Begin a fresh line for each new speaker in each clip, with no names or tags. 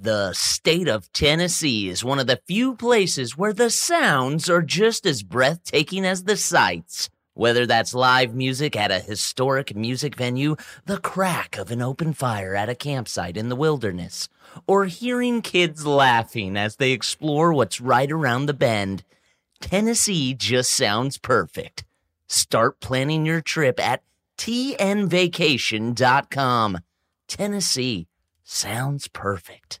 The state of Tennessee is one of the few places where the sounds are just as breathtaking as the sights. Whether that's live music at a historic music venue, the crack of an open fire at a campsite in the wilderness, or hearing kids laughing as they explore what's right around the bend, Tennessee just sounds perfect. Start planning your trip at tnvacation.com. Tennessee sounds perfect.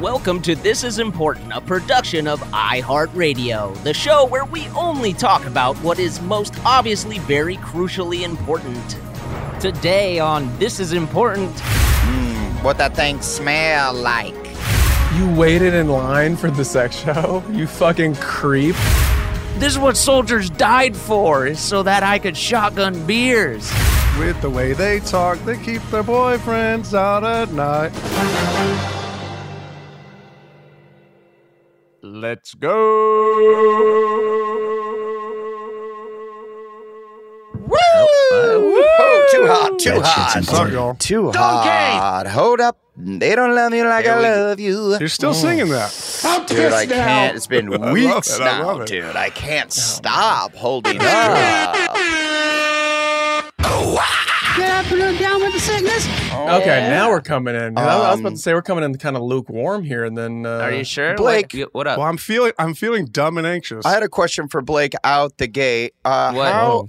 Welcome to This Is Important, a production of iHeartRadio, the show where we only talk about what is most obviously very crucially important. Today on This Is Important,
What that thing smell like?
You waited in line for the sex show? You fucking creep.
this is what soldiers died for, is so that I could shotgun beers.
With the way they talk, they keep their boyfriends out at night.
Let's go.
Oh, too hot, too hot.
Sorry, y'all.
Too hot.
God, hold up. They don't love you like I love you.
You're still singing that.
Dude, I can't. It's been
love
weeks
it, I
now,
love it.
dude. I can't stop holding up.
Okay, now we're coming in. I was- I was about
Um,
to say we're coming in kind of lukewarm here, and then uh,
Are you sure?
Blake.
What, what up?
Well, I'm feeling I'm feeling dumb and anxious.
I had a question for Blake out the gate. Uh,
What? Oh.
How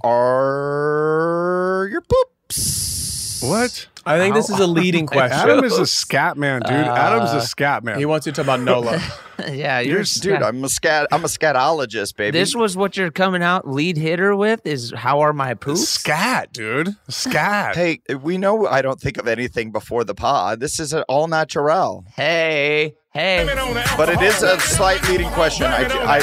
are your poops?
what?
I think this is a leading question.
Adam is a scat man, dude.
Uh,
Adam's a scat man.
He wants you to talk about Nola.
yeah, you're,
Dude, I'm a scat. I'm a scatologist, baby.
This was what you're coming out lead hitter with is how are my poops?
scat, dude. Scat.
Hey, we know I don't think of anything before the pod. This is an all natural,
hey, hey.
but it is a slight leading question. I, I,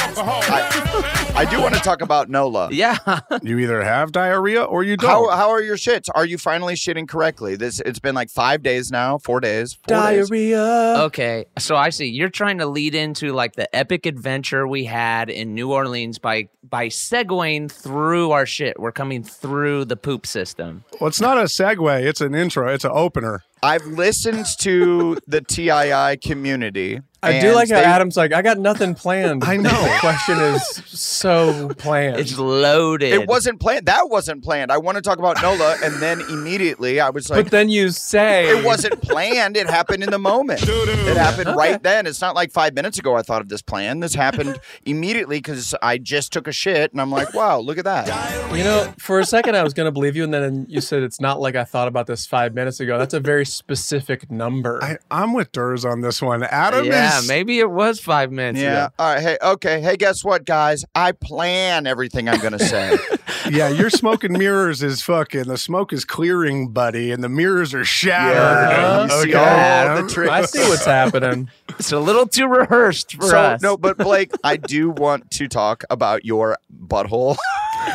I, I do want to talk about Nola.
Yeah.
You either have diarrhea or you don't.
How, how are your shits? Are you finally shitting correctly? This it's been like five days now, four days, four days.
okay. So I see you're trying to lead into like the epic adventure we had in New Orleans by by segueing through our shit. We're coming through the poop system.
well, it's not a segue. It's an intro. It's an opener.
I've listened to the TII community.
I do
and
like how
they-
Adam's like, I got nothing planned.
I know.
The question is so planned.
It's loaded.
It wasn't planned. That wasn't planned. I want to talk about Nola, and then immediately I was like,
but then you say
it wasn't planned. It happened in the moment. It happened right then. It's not like five minutes ago I thought of this plan. This happened immediately because I just took a shit and I'm like, wow, look at that.
You know, for a second I was gonna believe you, and then you said it's not like I thought about this five minutes ago. That's a very specific number.
I, I'm with Durs on this one. Adam
yeah,
is
maybe it was five minutes.
Yeah.
ago.
All right. Hey, okay. Hey, guess what, guys? I plan everything I'm going to say.
yeah, your smoke and mirrors is fucking. The smoke is clearing, buddy, and the mirrors are shattered.
Yeah, you see all the
Adam.
tricks.
I see what's happening.
It's a little too rehearsed for
so
us.
no, but Blake, I do want to talk about your butthole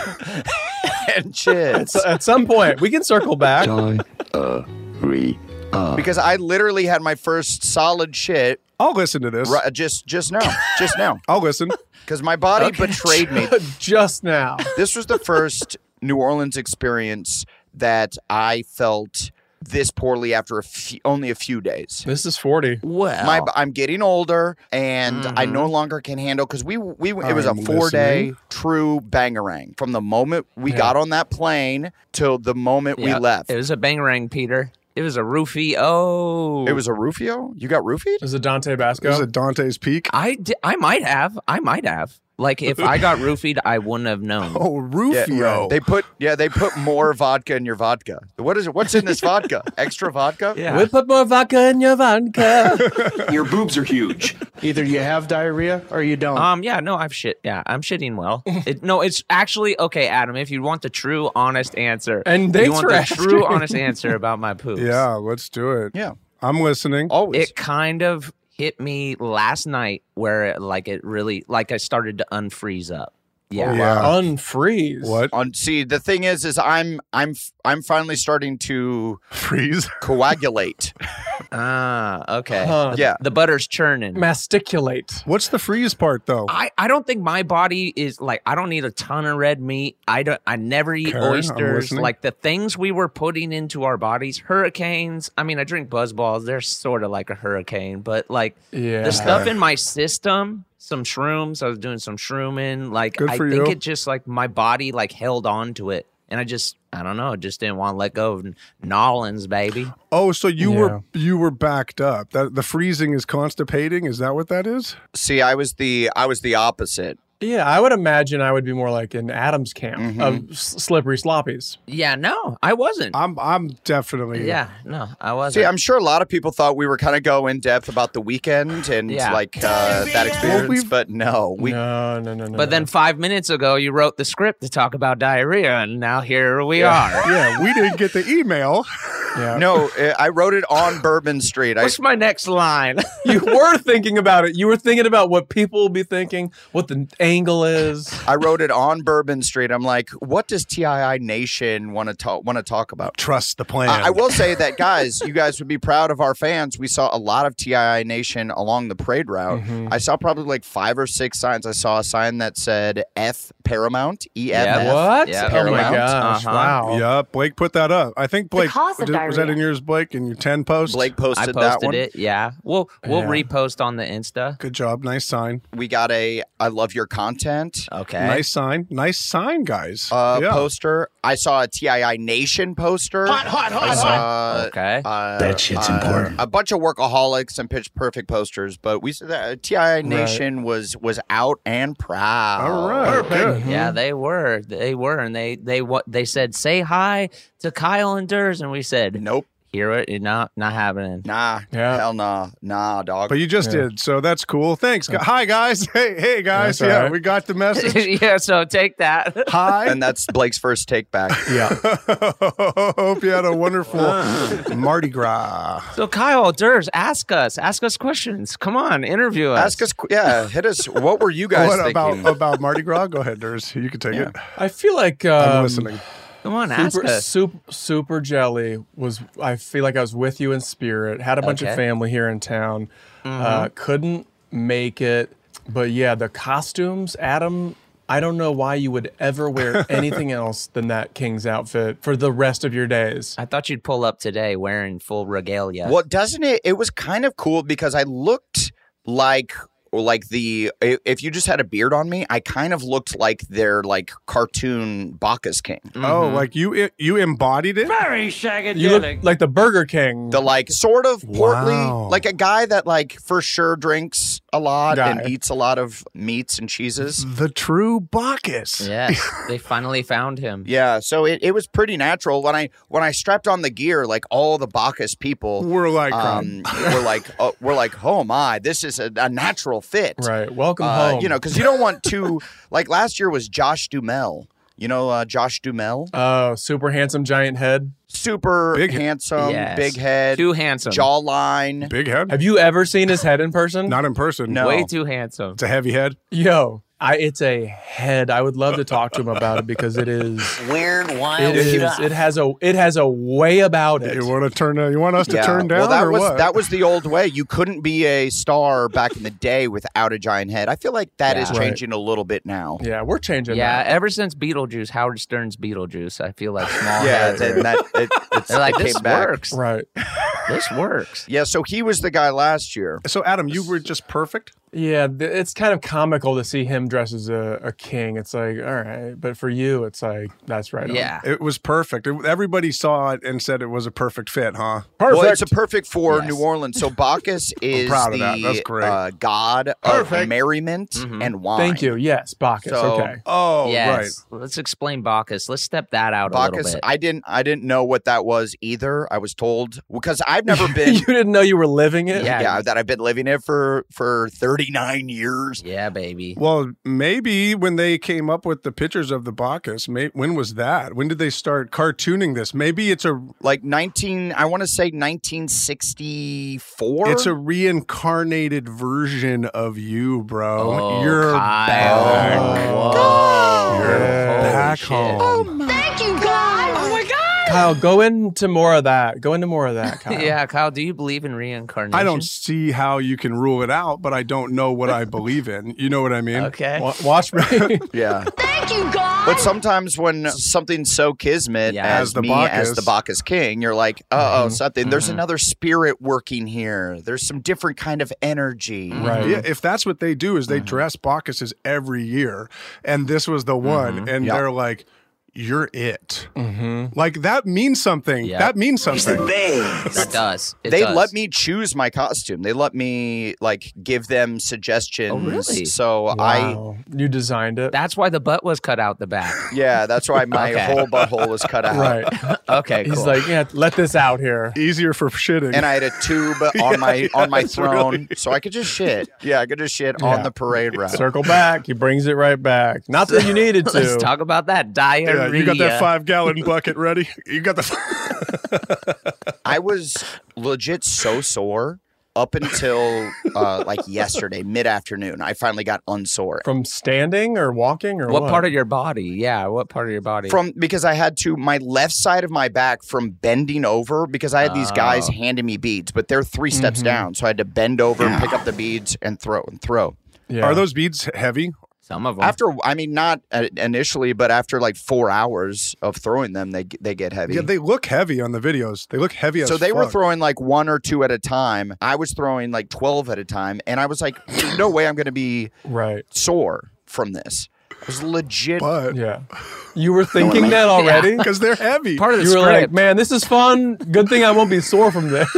and shits
So at some point, we can circle back.
uh,
because I literally had my first solid shit
I'll listen to this.
ri- just just now, just now,
I'll listen.
because my body betrayed me.
Just now.
This was the first New Orleans experience that I felt this poorly after a few, only a few days.
This is 40.
well,
My, I'm getting older, and I no longer can handle because we we it was a
I'm
four day
listening.
true bangarang from the moment we got on that plane till the moment we
yeah,
left.
It was a bangarang, Peter. It was a roofie. Oh,
It was a Rufio? You got roofied?
Is it Dante
It was
Basco?
a Dante's Peak.
I. Di- I might have. I might have. Like if I got roofied, I wouldn't have known.
Oh,
Yeah,
Rufio.
They put yeah, they put more vodka in your vodka. What is it? What's in this vodka? Extra vodka?
Yeah.
We put more vodka in your vodka.
Your boobs are huge.
Either you have diarrhea or you don't.
Um. Yeah. No. I've shit. Yeah. I'm shitting well. It, no. It's actually okay, Adam. If you want the true, honest answer,
And
if
thanks
you want
for
the
asking.
true, honest answer about my poops.
yeah, let's do it.
Yeah.
I'm listening.
Always.
It kind of hit me last night where like it really like I started to unfreeze up.
Oh,
Yeah.
yeah.
Unfreeze.
What?
on see the thing is is I'm I'm f- I'm finally starting to
Freeze.
coagulate.
Ah. Okay.
Huh.
The-
Yeah.
The butter's churning.
Masticulate.
What's the freeze part though?
I, I don't think my body is like I don't eat a ton of red meat. I don't I never eat
Okay, I'm
oysters.
listening.
Like the things we were putting into our bodies, hurricanes. I mean, I drink buzz balls. They're sort of like a hurricane, but like
Yeah.
the stuff in my system, some shrooms. I was doing some shrooming. Like
Good
I
for
think
you.
it just like my body like held on to it, and I just I don't know, just didn't want to let go of Nollins, baby.
Oh, so you
Yeah.
were you were backed up. That the freezing is constipating. Is that what that is?
See, I was the I was the opposite.
Yeah, I would imagine I would be more like in Adam's camp of s- slippery sloppies.
Yeah, no, I wasn't.
I'm I'm definitely
yeah, no, I wasn't.
See, I'm sure a lot of people thought we were kind of go in depth about the weekend and
Yeah.
like uh, that experience,
we've-
but no, we
no, no, no, no.
But then
no.
five minutes ago, you wrote the script to talk about diarrhea, and now here we are.
Yeah, we didn't get the email.
yeah.
no, uh, I wrote it on Bourbon Street. I
What's my next line?
you were thinking about it. You were thinking about what people will be thinking, what the angle is.
I wrote it on Bourbon Street. I'm like, what does TII Nation want to talk want to talk about?
Trust the plan.
I, I will say that, guys, you guys would be proud of our fans. We saw a lot of TII Nation along the parade route. I saw probably like five or six signs. I saw a sign that said F Paramount, E EFF.
Yeah,
What?
Yeah.
Oh my
Paramount.
gosh!
Uh-huh.
Wow.
Oh. Yeah, Blake put that up. I think Blake
cause of
did- was that
diarrhea.
in yours, Blake, in your ten post.
Blake
I
posted, that
posted
one.
it. Yeah, we'll we'll
Yeah.
repost on the Insta.
good job. Nice sign.
We got a I love your content
Okay.
Nice sign. Nice sign, guys.
uh,
Oh, yeah.
poster. I saw a TII Nation poster. Hot, hot, hot, I saw,
Okay.
Uh,
That shit's
uh,
important.
A bunch of workaholics and pitch perfect posters, but we uh, TII Nation was was out and proud.
All right. Good.
yeah,
mm-hmm.
they were. They were, and they they what they said. Say hi to Kyle and Durs, and we said
Nope.
Hear it? Not not happening.
Nah.
Yeah.
Hell nah. Nah, dog.
But you just did, so that's cool. Thanks. gu- Hi, guys. Hey, hey, guys.
That's all
yeah,
right.
we got the message.
yeah. So take that.
Hi.
and that's Blake's first take back.
Yeah.
Hope you had a wonderful Mardi Gras.
so Kyle Durs, ask us. Ask us questions. Come on, interview us.
Ask us, qu- yeah, hit us. What were you guys
What about
thinking?
about Mardi Gras? Go ahead, Durs. You can take it.
I feel like
I'm
um,
listening.
mm-hmm.
Come on, ask
Super,
us.
super, super jelly was. I feel like I was with you in spirit. Had a bunch
Okay.
of family here in town. Uh, couldn't make it, but yeah, the costumes, Adam. I don't know why you would ever wear anything else than that king's outfit for the rest of your days.
I thought you'd pull up today wearing full regalia.
Well, doesn't it? It was kind of cool because I looked like like the i- if you just had a beard on me, I kind of looked like their like cartoon Bacchus King,
Oh, like you you embodied it.
You look like the Burger King.
the like sort of portly,
Wow.
like a guy that like for sure drinks a lot
Guy.
and eats a lot of meats and cheeses.
The true Bacchus.
Yes, they finally found him.
Yeah, so it, it was pretty natural when I when I strapped on the gear, like all the Bacchus people
We're like,
um, we're like, uh, we're like, oh my, this is a, a natural fit,
Right. Welcome
Uh,
home.
you know, because you don't want to. like last year was Josh Dumel. You know, uh, Josh Dumel,
Oh, super handsome giant head.
super
Big-
handsome,
Yes.
big head,
Too handsome.
jawline.
big head.
Have you ever seen his head in person?
Not in person.
No.
Way too handsome.
It's a heavy head.
Yo, I it's a head. I would love to talk to him about it because it is
Weird, wild
it is it has a it has a way about it.
You want to turn? Uh, you want us to
Yeah.
turn down
well, that
or
was
what?
that was the old way. You couldn't be a star back in the day without a giant head. I feel like that is
Right.
changing a little bit now.
Yeah, we're changing
Yeah,
that.
ever since Beetlejuice, Howard Stern's Beetlejuice, I feel like small
Yeah,
heads
then
are-
that it, it's,
They're like,
it
this
came back.
works.
Right.
This works.
Yeah, so he was the guy last year.
so, Adam, you were just perfect.
Yeah, th- it's kind of comical to see him dressed as a, a king. It's like, all right, but for you, it's like that's right. on.
Yeah.
It was perfect. It- everybody saw it and said it was a perfect fit, huh?
Well, it's a perfect for
Yes.
New Orleans. So Bacchus is
proud
the
of that. That's great.
Uh, god of
Perfect.
merriment and wine.
Thank you. Yes, Bacchus.
So-
okay.
Oh,
yes. Let's explain Bacchus. Let's step that out a
Bacchus,
little bit.
I didn't, I didn't know what that was either. I was told because I've never been,
you didn't know you were living it.
Yeah.
yeah, that I've been living it for for thirty nine years.
yeah, baby.
right. Well, maybe when they came up with the pictures of the Bacchus, may, when was that? When did they start cartooning this? Maybe it's a
Like nineteen, I want to say nineteen sixty four.
it's a reincarnated version of you, bro.
Oh,
You're
Kyle.
back.
Whoa.
You're
Yeah.
back
Holy shit.
home.
Thank you, God. Oh my God.
Kyle, go into more of that. Go into more of that, Kyle.
Yeah, Kyle, do you believe in reincarnation?
I don't see how you can rule it out, but I don't know what I believe in. You know what I mean?
Okay.
Wa- watch me.
yeah.
Thank you, God.
But sometimes when something's so kismet
Yeah.
as,
As the
me as
Bacchus.
the Bacchus king, you're like, uh oh, something. There's another spirit working here. There's some different kind of energy.
Mm-hmm.
right.
Yeah, if that's what they do is they dress Bacchuses every year, and this was the one,
Mm-hmm.
and
Yeah.
they're like, "You're it." Like that means something.
Yeah.
That means something.
It does. It
they
does.
let me choose my costume. They let me like give them suggestions.
Oh, really?
So I
Wow. you designed it.
That's why the butt was cut out the back.
yeah, that's why my
Okay.
whole butthole was cut out.
right.
Okay,
He's
cool.
like, yeah, let this out here.
Easier for shitting.
And I had a tube on my on my
yes,
throne,
really.
so I could just shit. Yeah, I could just shit on
Yeah.
the parade route.
Circle back. He brings it right back. Not that you needed to.
Let's talk about that
yeah,
diarrhea.
you got that five gallon bucket ready. You got the.
I was legit so sore up until uh, like yesterday, mid afternoon. I finally got unsore
From standing or walking or what?
What part of your body? Yeah, what part of your body?
from because I had to my left side of my back from bending over because I had
Oh.
these guys handing me beads, but they're three steps
Mm-hmm.
down, so I had to bend over, pick up the beads, and throw and throw.
Yeah.
Are those beads heavy?
Some of them.
After I mean, not uh, initially, but after like four hours of throwing them, they they get heavy.
Yeah, they look heavy on the videos. They look heavy.
So
as
they were
fuck.
throwing like one or two at a time. I was throwing like twelve at a time, and I was like, "There's "No way, I'm going to be
right?
sore from this." It was legit.
but
Yeah. You were thinking that already?
because they're heavy.
Part of the
You were like,
script.
man, this is fun. Good thing I won't be sore from this.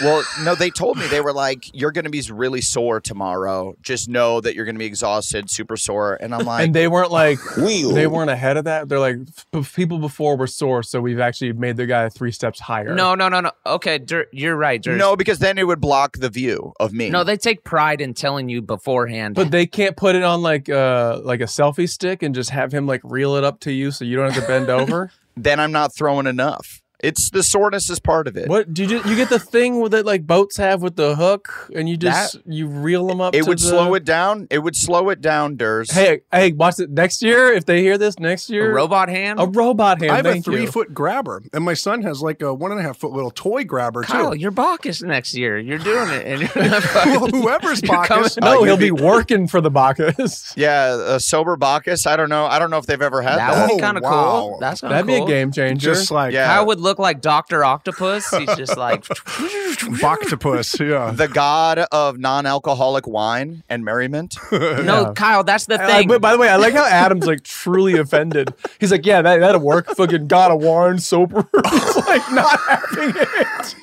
Well, no, they told me they were like, "You're going to be really sore tomorrow. Just know that you're going to be exhausted, super sore." And I'm like,
and they weren't like, they weren't ahead of that. They're like, "P- people before were sore, so we've actually made the guy three steps higher.
no, no, no, no. Okay, Dur- you're right, Dur-
"No," because then it would block the view of me.
No, they take pride in telling you beforehand.
But they can't put it on like uh like a selfie stick and just have him like reel it up to you so you don't have to bend over.
then I'm not throwing enough. It's the soreness is part of it.
What do you you get the thing with- that like boats have with the hook and you just you reel them up?
It
to
would
the-
slow it down. It would slow it down, Durs.
Hey, hey, watch it next year if they hear this next
a
year.
robot hand?
a robot hand.
I have a
thank you.
three foot grabber, and my son has like a one and a half foot little toy grabber
Kyle,
too.
you're Bacchus next year. You're doing it. And you're not
Well,
fucking-
whoever's
You're coming-
Bacchus,
No, he'll be working for the Bacchus.
Yeah, a sober Bacchus. I don't know. I don't know if they've ever had that.
That would be
Oh,
kind of
wow.
cool. That's kinda
That'd be a
Oh, cool.
game changer.
just like
Yeah.
Kyle would look like Doctor Octopus. He's just like
Octopus,
Oh.
yeah.
the god of non-alcoholic wine and merriment.
No, Kyle, that's the
I- I-
thing.
but by the way, I like how Adam's like truly offended. He's like, yeah, that, that'll work. Fucking God of War and sober. He's like not having it.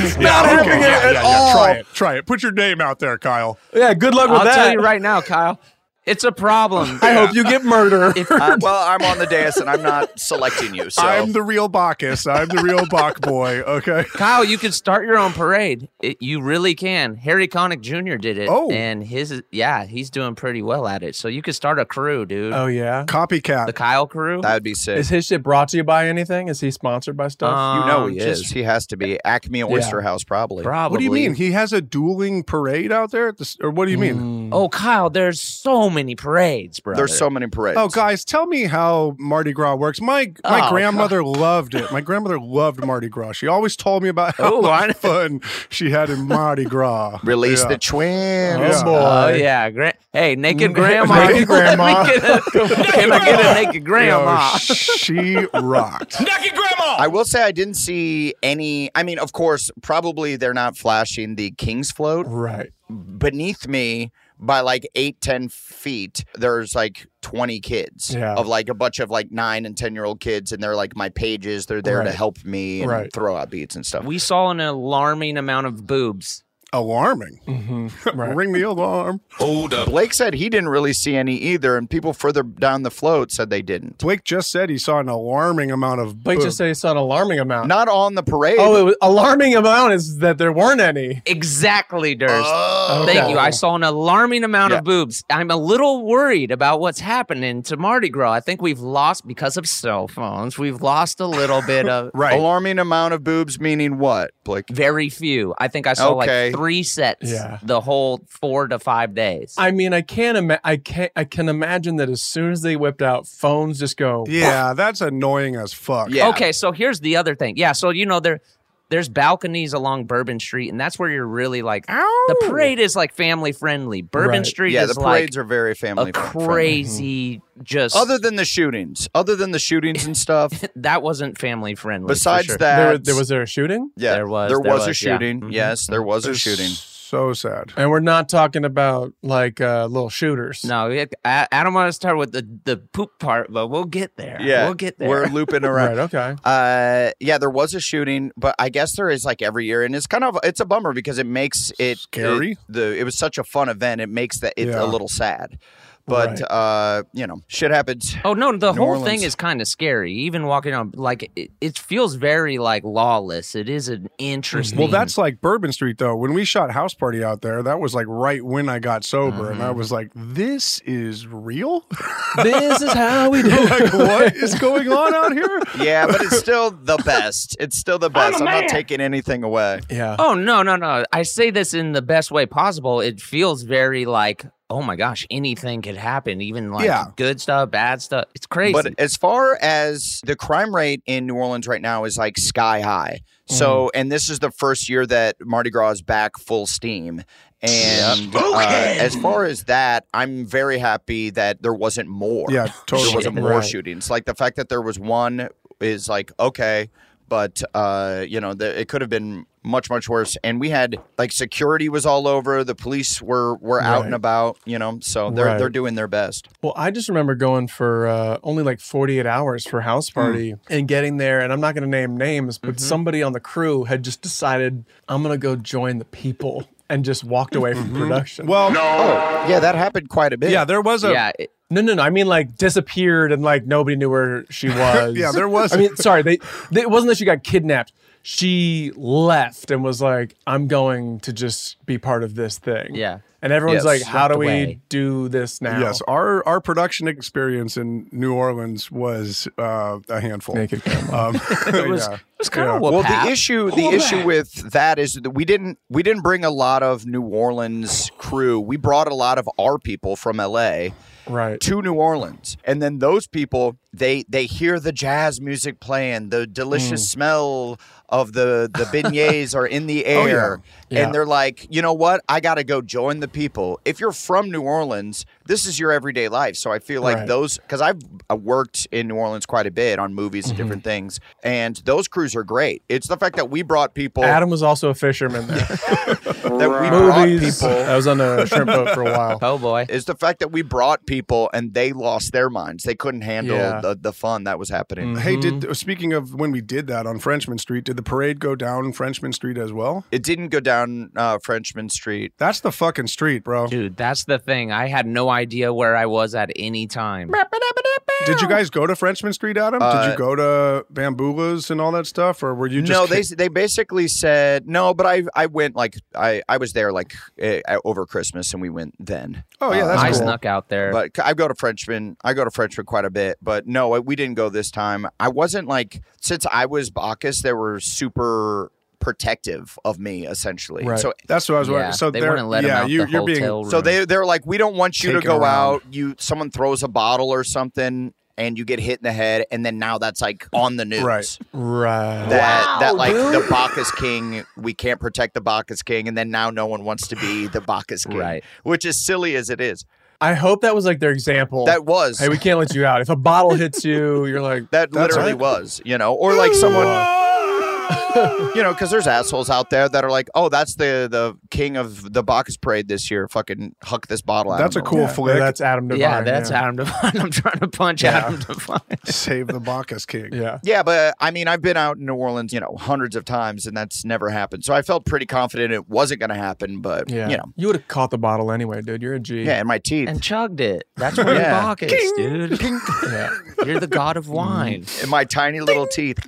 He's not having it at all.
Try it. Try it. Put your name out there, Kyle.
Yeah, good luck with
I'll
that.
tell you right now, Kyle. It's a problem.
I hope you get murder.
Uh, well, I'm on the dais and I'm not selecting you. So
I'm the real Bacchus. I'm the real Bach boy. Okay.
Kyle, you can start your own parade. It, you really can. Harry Connick Jr. did it.
Oh.
And his, is- yeah, he's doing pretty well at it. So you could start a crew, dude.
oh yeah.
The
Copycat.
Kyle crew.
that would be sick.
Is his shit brought to you by anything? Is he sponsored by stuff?
you know he
Um, just
is. He has to be Acme Oyster House, probably.
Probably.
What do you mean? He has a dueling parade out there? At this, or what do you mean?
Oh, Kyle, there's so many parades, bro.
There's so many parades.
Oh, guys, tell me how Mardi Gras works. My my
Oh,
grandmother loved it. My grandmother loved Mardi Gras. She always told me about how
Oh, I-
much fun she had in Mardi Gras.
Release
Yeah.
the twins.
Yeah.
boy.
Oh yeah, Gra- hey, naked grandma.
naked grandma.
Let me get a- can I get a naked grandma?
Yo, she rocked.
Knock it, grandma!
I will say I didn't see any. I mean, of course, probably they're not flashing the King's float.
Right.
Beneath me, by like eight, 10 feet, there's like 20 kids
Yeah.
of like a bunch of like nine and 10 year old kids. And they're like my pages. They're there to
Right.
help me and
Right.
throw out beats and stuff.
We saw an alarming amount of boobs.
Alarming.
Right.
Ring the alarm.
Hold up.
Blake said he didn't really see any either. And people further down the float said they didn't.
Blake just said he saw an alarming amount of.
Blake
boob.
just said it's an alarming amount.
Not on the parade.
oh, it was alarming amount is that there weren't any.
Exactly, Durst. Thank
Okay.
you. I saw an alarming amount
Oh. Yeah.
of boobs. I'm a little worried about what's happening to Mardi Gras. I think we've lost because of cell phones. We've lost a little bit of
Right.
Alarming amount of boobs meaning what, Blake?
very few. I think I saw
Okay.
like three sets
Yeah.
the whole four to five days.
I mean, I can't. Ima- I can I can imagine that as soon as they whipped out phones, just go.
Yeah, that's annoying as fuck.
Yeah.
Okay, so here's the other thing. Yeah, so you know there there's balconies along Bourbon Street, and that's where you're really like the parade is like family friendly. Bourbon
Right.
Street
Yeah,
is
the parades
like
are very family
a
friendly. Mm-hmm.
crazy just
Other than the shootings, other than the shootings and stuff,
that wasn't family friendly. for
besides
sure.
that,
There, there was there a shooting,
yeah,
there was-
there
there
was a
was, yeah.
shooting.
Mhm.
Yes, there was a
It's
shooting.
So sad.
and we're not talking about like uh, little shooters.
No, it, I, I don't want to start with the, the poop part, but we'll get there.
Yeah,
we'll get there.
We're looping
Right.
around.
Okay.
Uh, yeah, there was a shooting, but I guess there is like every year, and it's kind of it's a bummer because it makes it
Scary?
it- the it was such a fun event, it makes that it
Yeah.
a little sad. But
Right.
uh, you know, shit happens.
Oh no, the
New
whole
Orleans.
thing is kind of scary. Even walking on, like it, it feels very like lawless. It is
Mm-hmm.
an interesting.
Well, that's like Bourbon Street, though. When we shot House Party out there, that was like right when I got sober, and
Mm-hmm.
I was like, "This is real.
this is how we do.
like, what is going on out here?"
Yeah, but it's still the best. It's still the best. I'm, not taking anything away.
Yeah.
Oh no, no, no! I say this in the best way possible. It feels very like, oh my gosh, anything could happen. Even like
Yeah.
good stuff, bad stuff. It's crazy.
But as far as the crime rate in New Orleans right now is like sky high. So, and this is the first year that Mardi Gras is back full steam. And uh, as far as that, I'm very happy that there wasn't more.
Yeah,
There
totally.
wasn't more
Right.
shootings. Like the fact that there was one is like, okay. But uh, you know, the, it could have been much, much worse. And we had like security was all over. The police were were out
Right.
and about. You know, so they're
Right.
they're doing their best.
Well, I just remember going for uh, only like 48 hours for house party and getting there. And I'm not going to name names, but somebody on the crew had just decided, I'm going to go join the people and just walked away from production.
Well,
Oh, yeah, that happened quite a bit.
yeah, there was a
yeah, it-
no, no, no. I mean, like disappeared and like nobody knew where she was.
Yeah, there was-
I mean, sorry. They, they, it wasn't that she got kidnapped. She left and was like, I'm going to just be part of this thing.
Yeah.
And
Yes.
everyone's like, how
Swept
do we
away.
do this now?
Yes, our our production experience in New Orleans was uh, a handful.
Naked camera.
Um,
it was
yeah.
it was kind of
well the issue the issue with that is that we didn't we didn't bring a lot of new orleans crew we brought a lot of our people from la
Right.
to new orleans and then those people they they hear the jazz music playing the delicious
Mm.
smell of the the beignets are in the air
Oh, Yeah.
and they're like you know what i gotta go join the people if you're from new orleans this is your everyday life so i feel like
Right.
those because i've uh, worked in new orleans quite a bit on movies
Mm-hmm.
and different things and those crews are great it's the fact that we brought people
Adam was also a fisherman there.
that we brought
movies.
people
I was on a shrimp boat for a while.
oh boy.
is the fact that we brought people and they lost their minds they couldn't handle
Yeah.
the, the fun that was happening
Hey,
Mm-hmm.
did speaking of when we did that on Frenchman Street, did the parade go down Frenchman Street as well?
It didn't go down uh, Frenchman Street.
That's the fucking street, bro.
Dude, that's the thing. I had no idea where I was at any time.
Did you guys go to Frenchman Street, Adam? did
Uh,
you go to Bambulas and all that stuff, or were you just
no, they
ki-
they basically said no, but I I went like I I was there like eh, over Christmas and we went then. Um,
Oh, yeah, that's
I
cool.
snuck out there.
But I go to Frenchman. I go to Frenchman quite a bit, but no, we didn't go this time. I wasn't like since I was Bacchus, they were super protective of me essentially.
Right.
So
That's what I was
yeah,
wondering. So
they
they're-
wouldn't let him
yeah,
out
you,
the
you're being
hotel room.
So they they're like, we don't want you to
Taken
go
around.
out. You someone throws a bottle or something, and you get hit in the head, and then now that's like on the news.
Right.
Right.
That that like the Bacchus King, we can't protect the Bacchus King, and then now no one wants to be the Bacchus King,
Right.
Which is silly as it is.
I hope that was like their example.
That was.
Hey, we can't let you out. If a bottle hits you, you're like
That
"That's
literally
right."
was, you know, or like someone, you know, because there's assholes out there that are like, oh, that's the the king of the Bacchus parade this year. Fucking huck this bottle out.
That's
of
a
him."
cool
Yeah,
flick.
That's Adam Devine.
yeah, that's Adam Devine. I'm trying to punch Adam Devine.
Save the Bacchus King.
Yeah.
Yeah, but I mean, I've been out in New Orleans, you know, hundreds of times, and that's never happened. So I felt pretty confident it wasn't going to happen, but
Yeah.
you know,
You would have caught the bottle anyway, dude. You're a G.
yeah, in my teeth.
And chugged it. That's where
Yeah.
yeah. Bacchus, dude.
Yeah.
You're the god
Mm-hmm.
of wine.
in my tiny little teeth.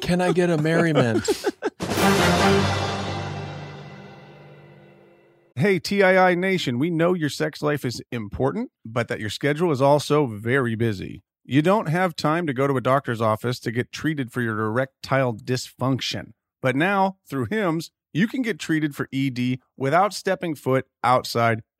Can I get a merriment?
Hey, TII Nation, we know your sex life is important, but that your schedule is also very busy. You don't have time to go to a doctor's office to get treated for your erectile dysfunction. But now, through HIMS, you can get treated for ED without stepping foot outside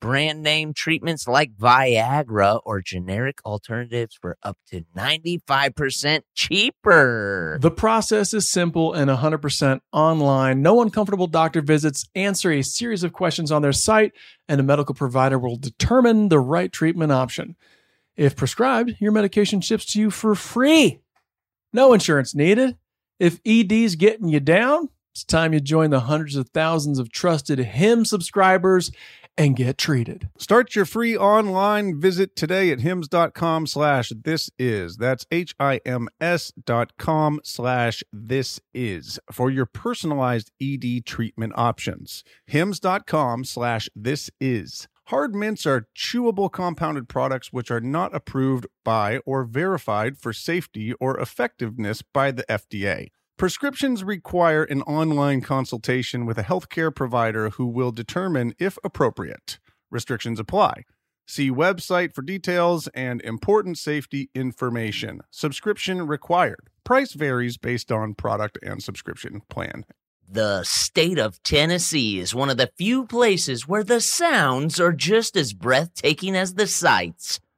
brand name treatments like Viagra, or generic alternatives for up to 95% cheaper.
The process is simple and 100% online. No uncomfortable doctor visits. Answer a series of questions on their site, and a medical provider will determine the right treatment option. If prescribed, your medication ships to you for free. No insurance needed. If ED's getting you down, it's time you join the hundreds of thousands of trusted HIM subscribers and get treated.
Start your free online visit today at hims.com slash this is. That's H-I-M-S dot com slash this is for your personalized ED treatment options. Hims.com slash this is. Hard mints are chewable compounded products which are not approved by or verified for safety or effectiveness by the FDA. Prescriptions require an online consultation with a healthcare provider who will determine if appropriate. Restrictions apply. See website for details and important safety information. Subscription required. Price varies based on product and subscription plan.
The state of Tennessee is one of the few places where the sounds are just as breathtaking as the sights.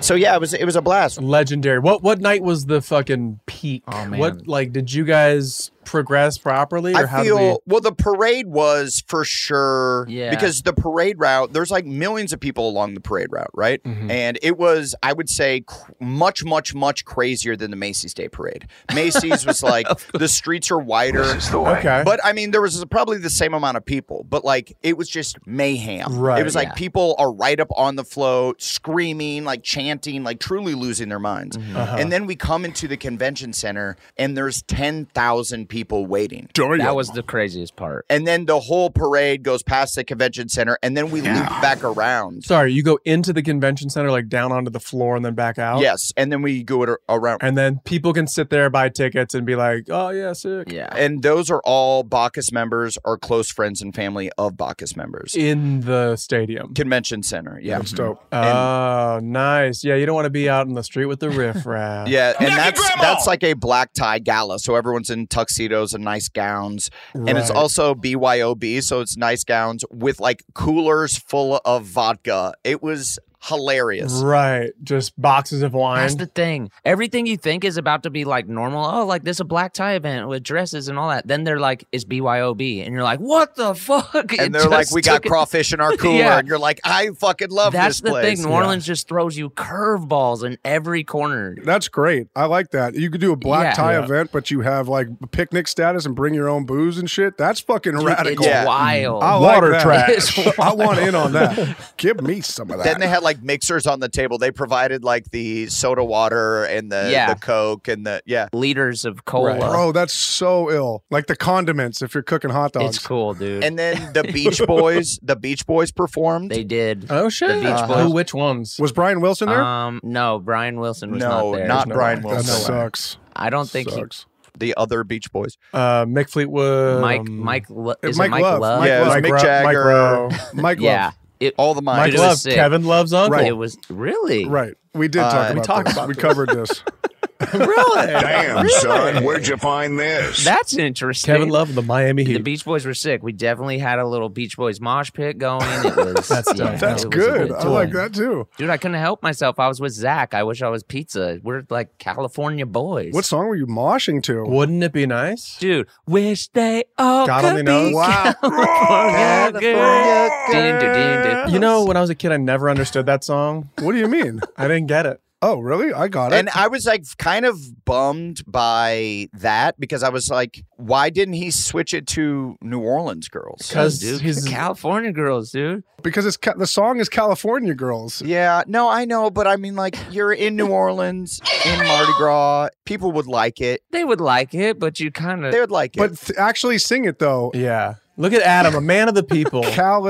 So yeah, it was it was a blast.
Legendary. What what night was the fucking peak?
Oh, man.
What like did you guys progress properly or
I
how did we
feel well. The parade was for sure
Yeah.
because the parade route. There's like millions of people along the parade route, right?
Mm-hmm.
And it was, I would say, cr- much, much, much crazier than the Macy's Day Parade. Macy's was like the streets are wider.
Okay.
But I mean, there was probably the same amount of people, but like it was just mayhem.
Right,
It was like people are right up on the float, screaming, like chanting, like truly losing their minds.
Uh-huh.
And then we come into the convention center and there's 10,000 people waiting.
That was the craziest part.
And then the whole parade goes past the convention center and then we loop back around.
Sorry, you go into the convention center, like down onto the floor and then back out.
Yes. And then we go ar- around.
oh. And then people can sit there, buy tickets, and be like, oh, yeah, sick.
Yeah.
And those are all Bacchus members or close friends and family of Bacchus members.
In the stadium.
Convention center. Yeah.
That's dope.
Oh, nice. Yeah, you don't want to be out in the street with the riffraff.
Yeah, and that's that's like a black tie gala, so everyone's in tuxedos and nice gowns, and it's
Right.
also BYOB, so it's nice gowns with like coolers full of vodka. It was hilarious.
Right. Just boxes of wine.
That's the thing. Everything you think is about to be like normal. Oh, like this a black tie event with dresses and all that. Then they're like, it's BYOB. And you're like, what the fuck? It
And they're like,
just
we got
took it-
crawfish in our cooler.
Yeah.
And you're like, I fucking love
That's the
this place.
thing. New Orleans just throws you curveballs in every corner.
That's great. I like that. You could do a black
Yeah.
tie
Yeah.
event, but you have like picnic status and bring your own booze and shit. That's fucking
Dude,
radical.
it's
Mm.
wild.
I like
Water
that.
trash. It's
I want in on
wild.
that. Give me some of that.
Then they had like mixers on the table. They provided like the soda water and the,
Yeah.
the Coke and the, yeah.
Liters of
Right. Bro, that's so ill. Like the condiments if you're cooking hot dogs.
cool, dude.
And then the Beach Boys, the Beach Boys performed.
They did.
Oh shit!
The Beach Boys.
Who? Which ones?
Was Brian Wilson there?
Um, no, Brian Wilson was
No,
not there.
not Brian
that
Wilson.
sucks.
I don't think he,
The other Beach Boys.
Uh, Mick Fleetwood.
Mike
um,
Mike Lo-
it
is
Mike
it Mike
Love?
Love.
yeah, it was
Mike
Mick
Ro- Mike
Jagger.
Rowe.
Mike
yeah.
Love.
It,
All the
Mike
Dude,
minds.
it was
Love.
sick.
Kevin Love's uncle.
Right.
It was really
Right. We did talk
Uh,
about
we
talked
this.
about
We
this.
covered this.
Damn, son, where'd you find this?
That's interesting.
Kevin Love and the Miami
The
Heat.
Beach Boys were sick. We definitely had a little Beach Boys mosh pit going. It was
That's dope.
it was
That's
a
good. I
time.
like that too.
Dude, I couldn't help myself. I was with Zach. I wish I was pizza. We're like California boys.
What song were you moshing to?
Wouldn't it be nice?
Dude, wish they all
God
could
only
be
knows. Wow.
California girls. Dun, dun, dun, dun.
You know, when I was a kid, I never understood that song.
What do you mean?
I didn't get it.
Oh, really? I got it.
And I was like kind of bummed by that because I was like, why didn't he switch it to New Orleans girls?
Because
dude,
he's
California girls, dude.
because it's ca- the song is California Girls.
Yeah, no, I know, but I mean, like, you're in New Orleans, in Mardi Gras. People would like it.
They would like it, but you kind of
They would like it.
But th- actually sing it though.
yeah. Look at Adam, a man of the people.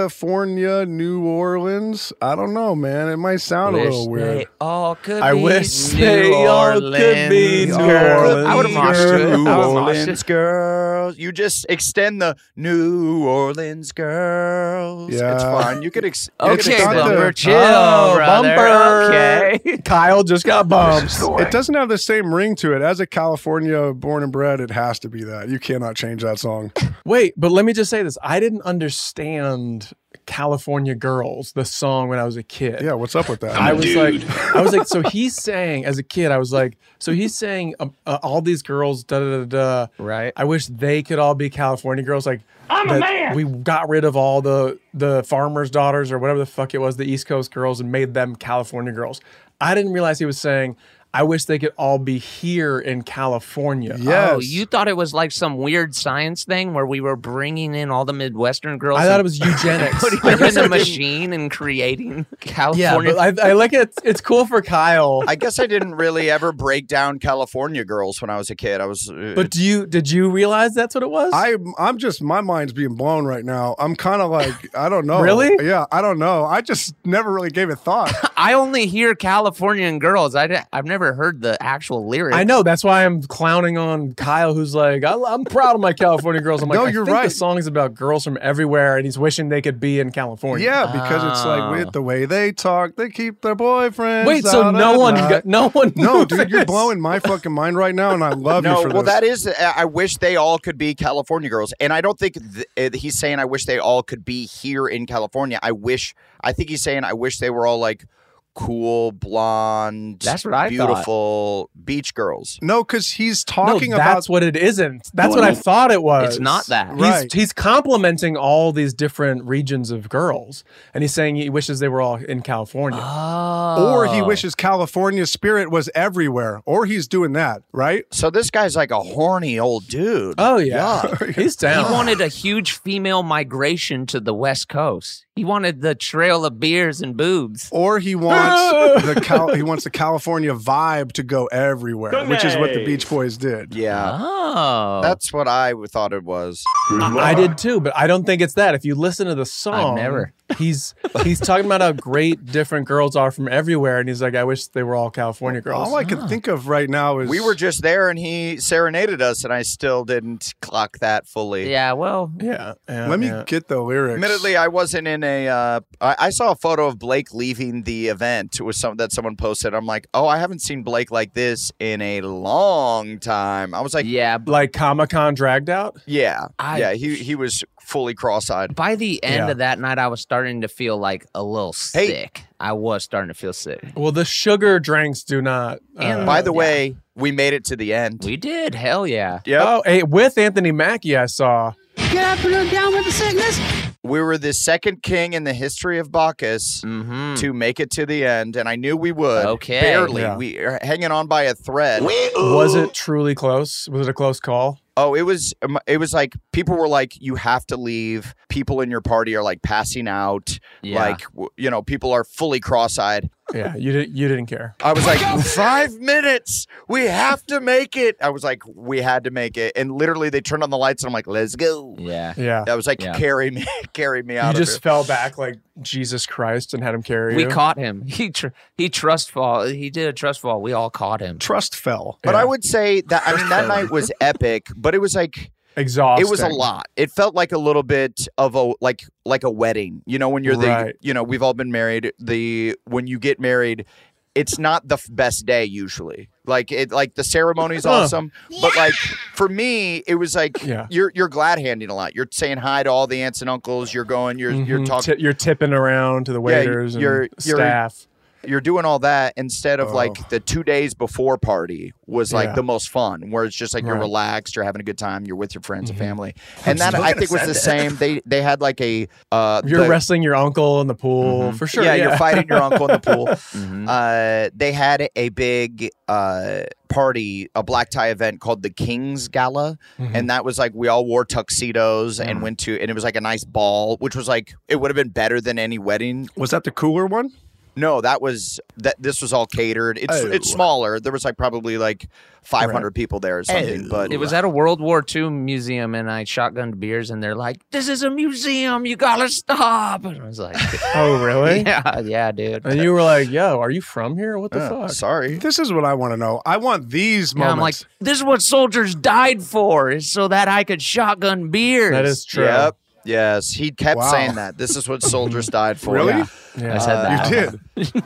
California, New Orleans. I don't know, man. It might sound a
wish
little weird.
They all could
I
be
wish
New
they all
Orleans.
could be New Orleans.
I would have watched it.
New
I would've watched
Orleans
it.
girls. You just extend the New Orleans girls. It's
Yeah.
fine. You could ex- you could
Okay,
got
extend
the-
bumper, chill,
Oh,
brother.
bumper.
Okay.
Kyle just got bumps.
It doesn't have the same ring to it. As a California born and bred, it has to be that. You cannot change that song.
Wait, but let me just say this. I didn't understand California Girls, the song when I was a kid.
Yeah, what's up with that?
I was
Dude.
like, I was like, so he's saying as a kid, I was like, so he's saying um, uh, all these girls, da da da da.
Right.
I wish they could all be California girls. Like
I'm a
that
man.
We got rid of all the the farmers' daughters or whatever the fuck it was, the East Coast girls, and made them California girls. I didn't realize he was saying. I wish they could all be here in California.
yes.
Oh, you thought it was like some weird science thing where we were bringing in all the Midwestern girls?
I thought
and
it was eugenics.
putting
I
them
guess
in
I
a
didn't-
machine and creating
Yeah,
California.
but I, I like it. It's cool for Kyle.
I guess I didn't really ever break down California girls when I was a kid. I was. uh,
But do you did you realize that's what it was?
I I'm just my mind's being blown right now. I'm kind of like I don't know.
Really?
Yeah, I don't know. I just never really gave it thought.
I only hear Californian girls. I have never heard the actual lyrics.
I know that's why I'm clowning on Kyle, who's like, I, I'm proud of my California girls. I'm like,
No,
I
you're
think The
right.
song is about girls from everywhere, and he's wishing they could be in California.
yeah, because it's
Oh.
like with the way they talk, they keep their boyfriends.
Wait, so
out
no
at
one,
night.
got, no one,
No,
knew
dude, you're
this.
blowing my fucking mind right now, and I love you
no,
for
well,
this.
that is. uh, I I wish they all could be California girls, and I don't think th- uh, he's saying I wish they all could be here in California. I wish. I think he's saying I wish they were all like cool, blonde,
That's what I thought.
beautiful beach girls.
no, because he's
No,
talking about
that's what it isn't. That's what I thought it was.
It's not that.
He's,
Right.
he's complimenting all these different regions of girls, and he's saying he wishes they were all in California.
Oh.
or he wishes California spirit was everywhere, or he's doing that, right?
So this guy's like a horny old dude.
oh yeah, he's
He
down.
wanted a huge female migration to the West Coast. He wanted the trail of beers and boobs.
Or he wants the Cal- he wants the California vibe to go everywhere, which is what the Beach Boys did.
Yeah,
Oh.
that's what I w- thought it was.
I did too, but I don't think it's that. If you listen to the song,
never.
He's he's talking about how great different girls are from everywhere, and he's like, I wish they were all California girls.
All I can think of right now is
We were just there, and he serenaded us, and I still didn't clock that fully.
yeah, well,
yeah, yeah,
Let me
yeah.
get the lyrics.
Admittedly, I wasn't in a. Uh, I, I saw a photo of Blake leaving the event with some that someone posted. I'm like, oh, I haven't seen Blake like this in a long time. I was like,
yeah,
like Comic Con dragged out.
Yeah,
I-
yeah. He he was fully cross-eyed.
By the end of that night, I was starting to feel like a little sick. I was starting to feel sick.
Well, the sugar drinks do not. uh,
And-
By the
yeah.
way, we made it to the end.
We did. Hell yeah.
Yep.
Oh, hey, with Anthony Mackie, I saw.
Get up and down with the sickness.
We were the second king in the history of Bacchus
Mm-hmm.
to make it to the end, and I knew we would.
Mm. Okay.
Barely.
Yeah.
We are hanging on by a thread.
Was it truly close? Was it a close call?
Oh, it was um, it was like people were like you have to leave. People in your party are like passing out.
Yeah.
Like w- you know, people are fully cross-eyed.
Yeah, you did. You didn't care.
I was like, five minutes. We have to make it. I was like, we had to make it. And literally, they turned on the lights, and I'm like, let's go.
Yeah.
Yeah.
I was like,
Yeah.
carry me, carry me out.
You
of
just
here.
fell back like Jesus Christ and had him carry
We
you.
caught him. He tr- he trust fall. He did a trust fall. We all caught him.
Trust fell.
But I would say that I mean that
Fair.
night was epic, but it was like
exhausting.
It was a lot. It felt like a little bit of a like like a wedding. You know when you're
Right.
the you know we've all been married. The when you get married, it's not the f- best day usually. Like it like the ceremony's
Huh.
awesome, but like for me it was like
Yeah.
you're you're glad handing a lot. You're saying hi to all the aunts and uncles. You're going. You're you're
Mhm.
talking.
Ti- you're tipping around to the
Yeah, you-
waiters
you're-
and
you're-
staff.
You're doing all that instead of like the two days before party was like
Oh. Yeah.
the most fun, where it's just like you're
Right. Mm-hmm.
relaxed, you're having a good time, you're with your friends and family,
I'm
and that
still
I
gonna
think was the
send it.
same. They they had like a uh,
You're
the-
wrestling your uncle in the pool
Mm-hmm.
for sure. Mm-hmm.
Yeah, you're fighting your uncle in the pool. Uh, they had a big uh, party, a black tie event called the King's Gala,
Mm-hmm.
and that was like we all wore tuxedos
Mm.
and went to, and it was like a nice ball, which was like it would have been better than any wedding.
Was that the cooler one?
No, that was that. This was all catered. It's
Oh.
it's smaller. There was like probably like 500 people there or something. But
it was at a World War II museum, and I shotgunned beers, and they're like, "This is a museum. You gotta stop." And I was like,
Oh, really?
"Yeah, yeah, dude."
And you were like, "Yo, are you from here? What the
Yeah.
fuck?"
Sorry.
This is what I want to know. I want these
Yeah, I'm like,
moments.
"This is what soldiers died for, is so that I could shotgun beers."
That is true.
Yep. Yes, he kept
Wow.
saying that. This is what soldiers died for.
Really?
Yeah.
Uh,
I said that.
You did.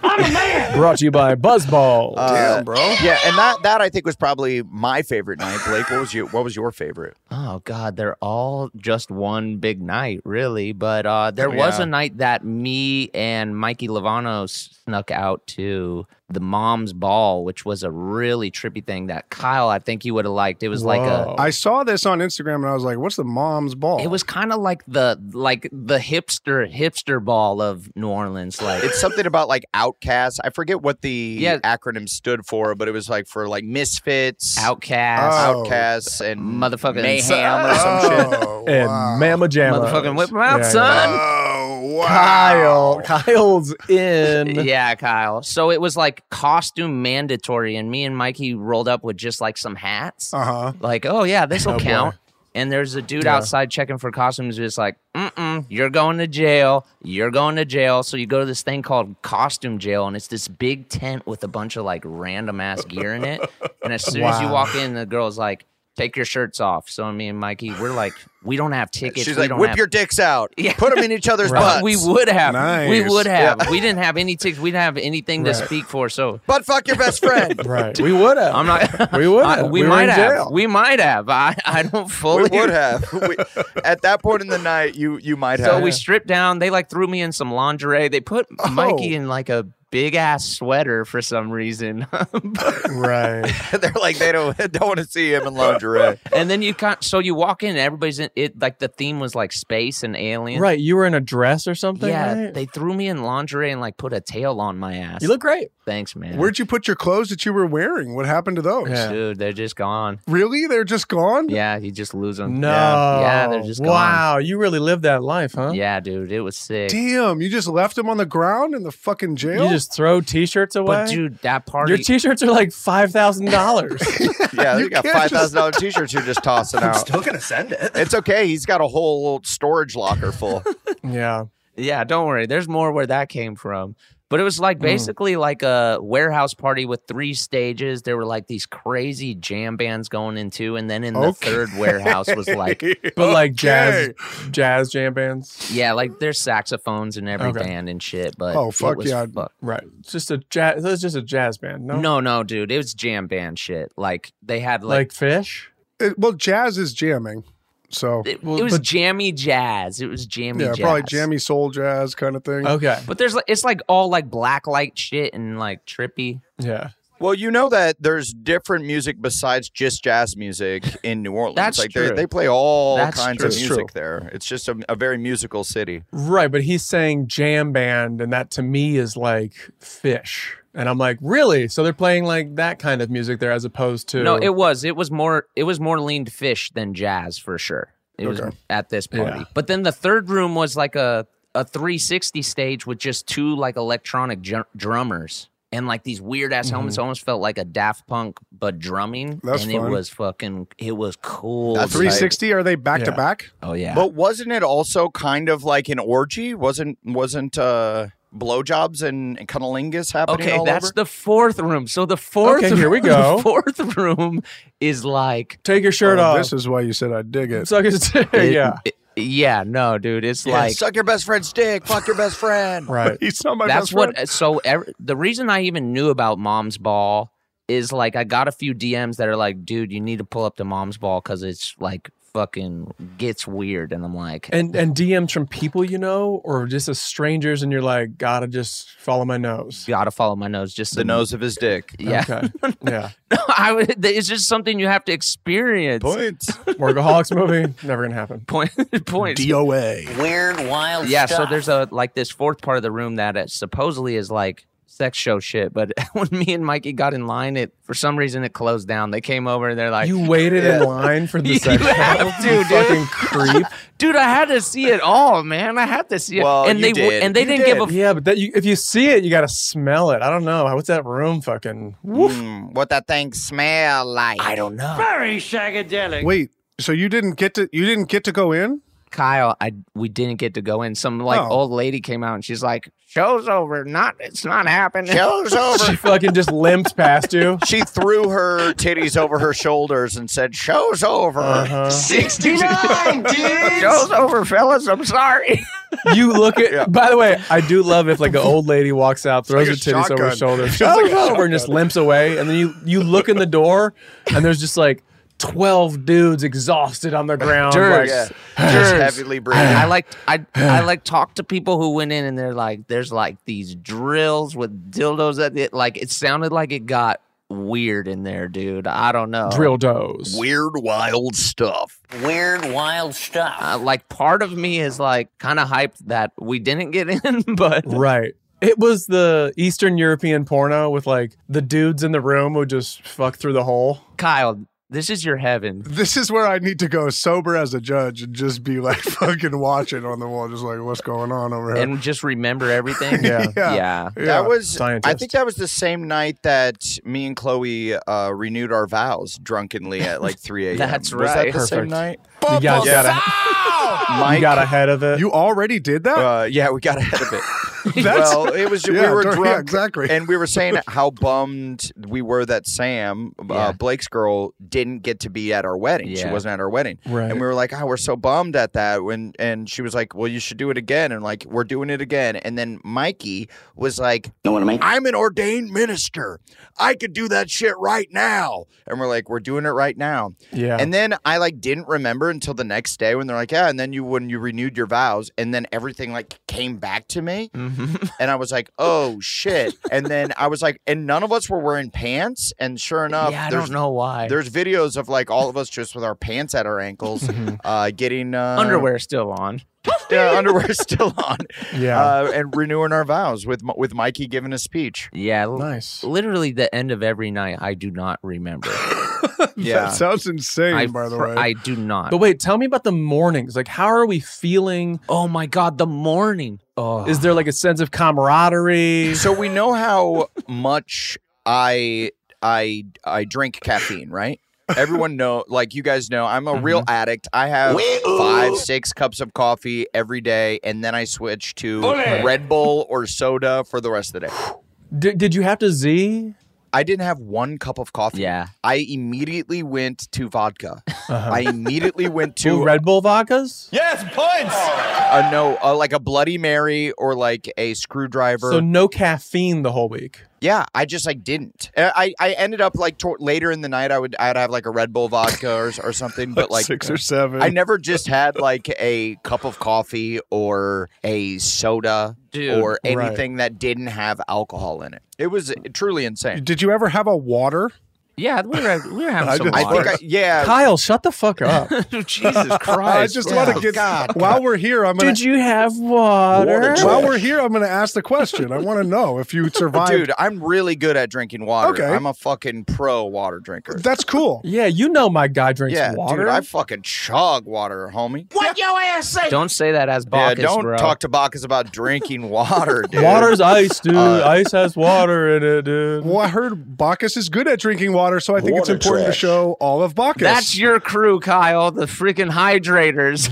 Brought to you by Buzzball.
Uh,
Damn, bro. Uh, Yeah, and that that I think was probably my favorite night. Blake, what was you? What was your favorite?
Oh God, they're all just one big night, really. But uh, there was
Yeah.
a night that me and Mikey Lovano snuck out to the mom's ball, which was a really trippy thing that Kyle, I think you would have liked. It was like a,
I saw this on Instagram and I was like, what's the mom's ball?
it was kind of like the like the hipster hipster ball of New Orleans, like
It's something about like outcasts. I forget what the
Yeah.
acronym stood for, but it was like for like misfits,
outcast,
Oh.
outcasts, and
Motherfucking-
mayhem or some shit.
Oh,
and
wow.
Mama Jamma.
motherfucking whip 'em out,
Yeah,
son.
Oh, wow.
Kyle. Kyle's in.
yeah, Kyle. So it was like costume mandatory, and me and Mikey rolled up with just like some hats.
Uh-huh.
Like, oh yeah, this will
Oh, boy.
count. And there's a dude
Yeah.
outside checking for costumes who's like, mm-mm, you're going to jail. You're going to jail. So you go to this thing called costume jail, and it's this big tent with a bunch of like random ass gear in it. And as soon as you
Wow.
walk in, the girl's like, take your shirts off. So me and Mikey, we're like, we don't have tickets.
She's
we
like,
don't
whip
have
your dicks out, Put 'em put them in each other's butts.
but we would have. We
Nice.
would have. We didn't have any tickets. We didn't have anything to
Right.
speak for. So
butt fuck your best friend.
Right. We would have.
I'm not.
We would
I-
have.
we,
We were
might
in
have.
jail.
We might have. I, I don't fully.
we would have. We, at that point in the night, you you might
So
have.
we stripped down. They like threw me in some lingerie. They put
Oh.
Mikey in like a big ass sweater for some reason.
right.
They're like they don't don't want to see him in lingerie.
and then you can So you walk in. and Everybody's in it. Like the theme was like space and aliens.
Right. You were in a dress or something.
Yeah.
right?
They threw me in lingerie and like put a tail on my ass.
you look great.
Thanks, man.
Where'd you put your clothes that you were wearing? What happened to those?
Yeah.
Dude, they're just gone.
Really? They're just gone?
Yeah, you just lose them.
No.
Yeah, they're just gone.
Wow. You really lived that life, huh?
Yeah, dude, it was sick.
Damn, you just left them on the ground in the fucking jail?
You just throw t-shirts away.
But dude, that
your
party.
t-shirts are like five thousand dollars.
Yeah,
You
you got
can't
five
just-
thousand dollar t-shirts you're just tossing out.
Still gonna send it.
It's okay. He's got a whole storage locker full.
Yeah.
yeah, don't worry. There's more where that came from. But it was like
Hmm.
basically like a warehouse party with three stages. There were like these crazy jam bands going in two, and then in the third warehouse was like
But like jazz, jazz jam bands.
yeah, like there's saxophones in every
Okay.
band and shit. But
Oh,
it
fuck
was
yeah.
fuck-
Right. It's just a jazz. That's just a jazz band. No.
No, no, dude, it was jam band shit. Like they had
Like,
like,
fish.
it- well, jazz is jamming. So
It, it was jammy jazz. It was jammy
yeah,
jazz.
probably jammy soul jazz kind of thing.
But there's like it's like all like black light shit and like trippy.
Yeah.
Well, you know that there's different music besides just jazz music in New Orleans.
That's
like They,
true.
they play all
That's
kinds
true.
of
That's
music
true.
there. It's just a, a very musical city.
Right, but he's saying jam band, and that to me is like fish. And I'm like, really? So they're playing like that kind of music there as opposed to
No, it was it was more it was more leaned fish than jazz for sure. It was
Okay.
at this party.
Yeah.
But then the third room was like a a 360 stage with just two like electronic ju- drummers and like these weird ass helmets.
Mm-hmm.
Mhm.
Almost felt like a Daft Punk but drumming.
That's
and
fun.
it was fucking it was cool.
That's
dude.
360. Are they back to
Yeah.
back?
Oh yeah.
But wasn't it also kind of like an orgy? Wasn't wasn't uh, blowjobs and, and cunnilingus happening?
Okay,
all
that's
over?
the fourth room. So the fourth
Okay, here we
the
go.
fourth room is like
Take your
Oh, This is why you said I dig it.
Suck his dick.
It-
yeah.
it- yeah, no, dude. It's like
suck your best friend's dick, fuck your best friend.
Right.
He's not my
That's
best
what.
friend.
So ev the reason I even knew about Mom's Ball is like I got a few DMs that are like, dude, you need to pull up to Mom's Ball because it's like fucking gets weird, and I'm like,
And and DMs from people you know, or just as strangers, and you're like, gotta just follow my nose.
Gotta follow my nose. Just
the nose of his dick.
yeah,
Okay. Yeah.
I would, it's just something you have to experience.
Points.
Workaholics movie. Never gonna happen.
Point. Points.
DOA.
Weird, wild
yeah
stuff.
so there's a like this fourth part of the room that it supposedly is like sex show shit but when me and mikey got in line it for some reason it closed down they came over and they're like
You waited in line for the
You
sex
have
show?
to,
You
dude.
fucking creep.
dude i had to see it all man i had to see it and they w- and they didn't give a f-
yeah, but that you, if you see it, you gotta smell it. I don't know. What's that room fucking? Woof.
Mm, what that thing smell like? I
don't know.
Very shagadelic.
Wait, so you didn't get to you didn't get to go in?
kyle i we didn't get to go in some like
Oh.
old lady came out and she's like show's over not it's not happening
Show's over.
She fucking just limped past you.
she threw her titties over her shoulders and said, "Show's over."
Uh-huh.
69, dudes.
show's over fellas i'm sorry
You look at. By the way, I do love if like an old lady walks out, throws her
It's
titties
like a
over her
shotgun.
shoulder,
It's
shows
like a
over, and just limps away. And then you you look in the door, and there's just like twelve dudes exhausted on the ground.
Durs.
like,
uh, Just
Durs.
heavily breathing.
I like I I like talk to people who went in and they're like, there's like these drills with dildos at it. Like it sounded like it got weird in there, dude. I don't know.
Drill does.
Weird, wild stuff.
Weird, wild stuff.
Uh, like part of me is like kind of hyped that we didn't get in, but
Right. It was the Eastern European porno with like the dudes in the room would just fuck through the hole.
Kyle, this is your heaven.
This is where I need to go sober as a judge and just be like fucking watching on the wall, just like what's going on over here.
And just remember everything.
Yeah.
Yeah.
Yeah.
Yeah.
That was, I
Scientist.
think that was the same night that me and Chloe uh, renewed our vows drunkenly at like 3 a.m.
That's
Was that the
right.
same
Perfect.
night?
You guys got, a, you
Mike,
got ahead of it.
You already did that?
uh, yeah, we got ahead of it.
That's-
well, it was
Yeah,
we were
dur- yeah,
drunk,
exactly.
and we were saying how bummed we were that Sam,
Yeah.
uh, Blake's girl, didn't get to be at our wedding. She
Yeah.
wasn't at our wedding,
Right.
and we were like, "Oh, we're so bummed at that." When and she was like, "Well, you should do it again," and like, "We're doing it again." And then Mikey was like,
know what I mean?
"I'm an ordained minister. I could do that shit right now." And we're like, "We're doing it right now."
yeah.
And then I like didn't remember until the next day when they're like, yeah. And then you when you renewed your vows, and then everything like came back to me,
Mm-hmm.
and I was like, oh shit. and then I was like, and none of us were wearing pants, and sure enough,
yeah, I
there's
don't know why.
there's videos of like all of us just with our pants at our ankles,
Mm-hmm.
uh, getting uh,
underwear still on.
yeah, underwear still on,
Yeah.
uh, and renewing our vows with Mi- with Mikey giving a speech.
Yeah. l-
nice.
Literally the end of every night, I do not remember.
Yeah.
That sounds insane,
I,
by the
fr-
way.
I do not.
But wait, tell me about the mornings. Like, how are we feeling?
Oh my God, the morning. Oh,
Is there like a sense of camaraderie?
So we know how much I I I drink caffeine, right? Everyone know, like you guys know, I'm a real addict. I have
Wee-oo.
five, six cups of coffee every day, and then I switch to
Ole.
Red Bull or soda for the rest of the day.
Did, did you have to Z?
I didn't have one cup of coffee.
Yeah.
I immediately went to vodka.
Uh-huh.
I immediately went to
Two Red Bull vodkas?
Yes, points.
a no, uh, like a Bloody Mary or like a screwdriver.
So no caffeine the whole week.
Yeah, I just like didn't. Uh, I I I ended up like to- later in the night. I would I'd have like a Red Bull vodka or, or something, but like uh,
six or seven.
I never just had like a cup of coffee or a soda
Dude,
or
right.
anything that didn't have alcohol in it. It was truly insane.
Did you ever have a water?
Yeah, we were we were having
I
some
just-
water.
I- yeah.
Kyle, shut the fuck up.
Jesus Christ!
I just want to get. while we're here, I'm gonna.
Did you have water?
While we're here, I'm going to ask the question. I want to know if you survived.
Dude, I'm really good at drinking water.
Okay.
I'm a fucking pro water drinker.
that's cool.
yeah, you know my guy drinks
yeah,
water.
dude, I fucking chug water, homie.
What your ass say?
Don't say that as
Yeah,
Bacchus,
don't
bro.
talk to Bacchus about drinking water, dude.
Water's ice, dude.
Uh,
ice has water in it, dude.
Well, I heard Bacchus is good at drinking water, so I think it's
Water
important to
trash.
show all of Bacchus.
That's your crew, Kyle. The freaking hydrators.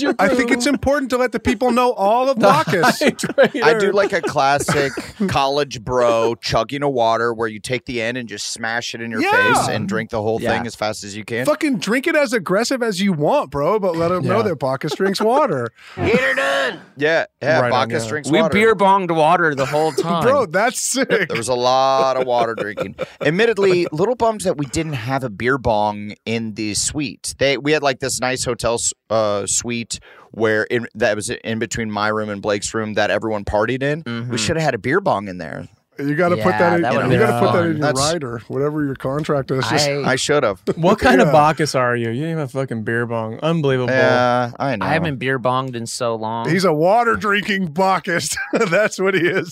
your.
I think it's important to let the people know all of Bacchus.
I do like a classic college bro chugging a water where you take the end and just smash it in your
Yeah.
face and drink the whole
Yeah.
thing as fast as you can.
Fucking drink it as aggressive as you want, bro, but let them know
Yeah.
that Bacchus drinks water.
Get her done.
Yeah, yeah.
Right on,
Bacchus
yeah.
drinks
we
water.
beer bonged water the whole time.
bro, that's sick.
There was a lot of water drinking. Admittedly, little bums that we didn't have a beer bong in the suite. They we had like this nice hotel s- uh, suite where in, that was in between my room and Blake's room that everyone partied in. We should have had a beer bong in there.
You got to put
Yeah,
that in,
that would've
you
been
gotta put that
fun.
in your
That's-
rider, whatever your contract is. Just,
I,
I should have.
What kind
Yeah.
of Bacchus are you? You didn't even have fucking beer bong. Unbelievable.
Yeah, I know.
I haven't beer bonged in so long.
he's a water drinking Bacchus. that's what he is.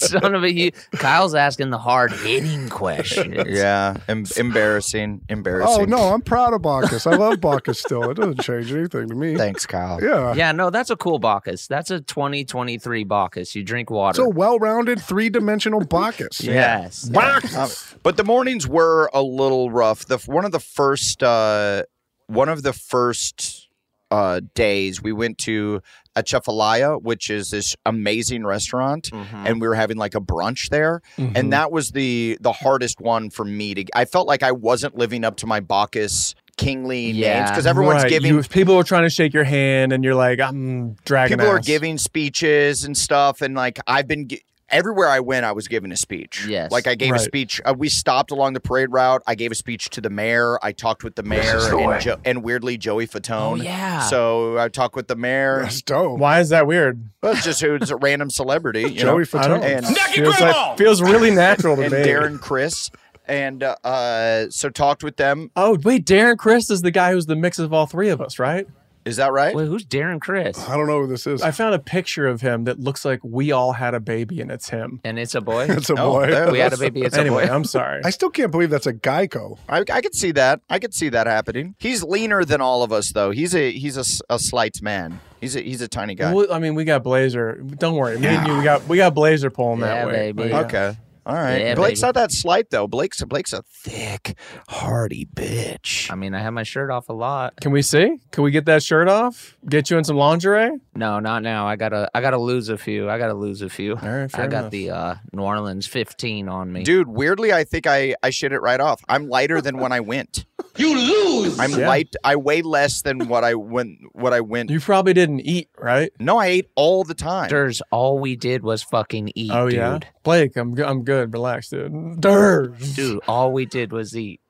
Son of a you. Kyle's asking the hard hitting questions.
Yeah, em- embarrassing, embarrassing.
oh, no, I'm proud of Bacchus. I love Bacchus still. It doesn't change anything to me.
Thanks, Kyle.
Yeah.
Yeah, no, that's a cool Bacchus. That's a 2023 Bacchus. You drink water.
It's a well rounded, three dimensional Bacchus.
yes.
Um, but the mornings were a little rough. The one of the first uh, one of the first uh, days we went to a Chefalaya, which is this amazing restaurant,
Mm-hmm.
and we were having like a brunch there, and that was the the hardest one for me to. I felt like I wasn't living up to my Bacchus kingly names
Yeah.
because everyone's
Right,
giving
you- people are trying to shake your hand, and you're like, I'm dragging.
people are
ass.
giving speeches and stuff and like i've been gi- everywhere i went i was giving a speech
Yes.
like i gave a
Right.
speech uh, we stopped along the parade route i gave a speech to the mayor i talked with the mayor
is the way.
and, jo- and weirdly joey fatone
Oh, yeah.
so i talked with the mayor
That's dope.
Why is that weird?
but just who's a random celebrity you know?
Joey Fatone.
and,
feels, like, feels really natural to
and
me.
darren chris and uh, uh so talked with them
oh wait, Darren Chris is the guy who's the mix of all three of us, right?
is that right
Wait, who's Darren Chris?
I don't know who this is.
I found a picture of him that looks like we all had a baby, and it's him.
And it's a boy.
It's a
No,
boy.
that-
we had a baby. It's
anyway,
a boy.
I'm sorry.
I still can't believe that's a Geico.
I, I could see that. I could see that happening. He's leaner than all of us, though. He's a he's a, s- a slight man. He's a he's a tiny guy.
Well, I mean, we got Blazer. Don't worry, me and you, we got we got Blazer pulling
Yeah,
that way.
baby.
Like,
Okay. All right.
Yeah,
Blake's
baby.
not that slight though. Blake's Blake's a thick, hardy bitch.
I mean, I have my shirt off a lot.
Can we see? Can we get that shirt off? Get you in some lingerie?
No, not now. I gotta, I gotta lose a few. I gotta lose a few.
All right, fair
I got
enough.
the uh, New Orleans 15 on me.
Dude, weirdly, I think I I shit it right off. I'm lighter than when I went.
You lose.
I'm
Yeah.
light. I weigh less than what I when what I went.
You probably didn't eat, right?
No, I ate all the time.
Durs, all we did was fucking eat,
oh
dude.
yeah, Blake, I'm go- I'm good. Relax, dude. Durr.
Dude, all we did was eat.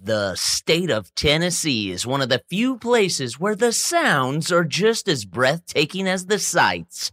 The state of Tennessee is one of the few places where the sounds are just as breathtaking as the sights.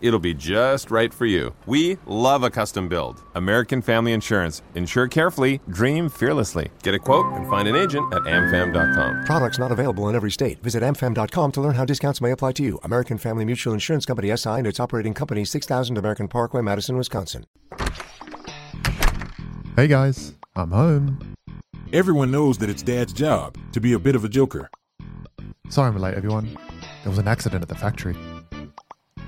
It'll be just right for you. We love a custom build. American Family Insurance. Insure carefully, dream fearlessly. Get a quote and find an agent at amfam.com.
Products not available in every state. Visit amfam.com to learn how discounts may apply to you. American Family Mutual Insurance Company SI and its operating company 6000 American Parkway, Madison, Wisconsin.
Hey guys, I'm home. Everyone knows that it's Dad's job to be a bit of a joker.
Sorry I'm late, everyone. There was an accident at the factory.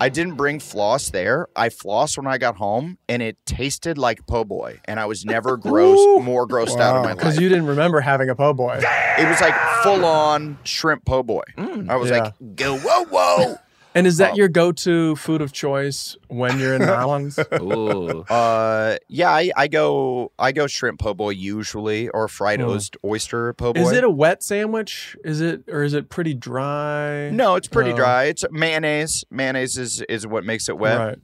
I didn't bring floss there. I flossed when I got home, and it tasted like po' boy. And I was never gross, more grossed out of my life.
Because you didn't remember having a po' boy.
It was like full on shrimp po' boy. I was
Mm. yeah.
like, go whoa whoa.
And is that your go-to food of choice when you're in the islands?
Uh, yeah, I, I go I go shrimp po' boy usually, or fried
Mm.
oyst- oyster po' boy.
Is it a wet sandwich? Is it or is it pretty dry?
No, it's pretty
Oh.
dry. It's mayonnaise. Mayonnaise is is what makes it wet.
Right.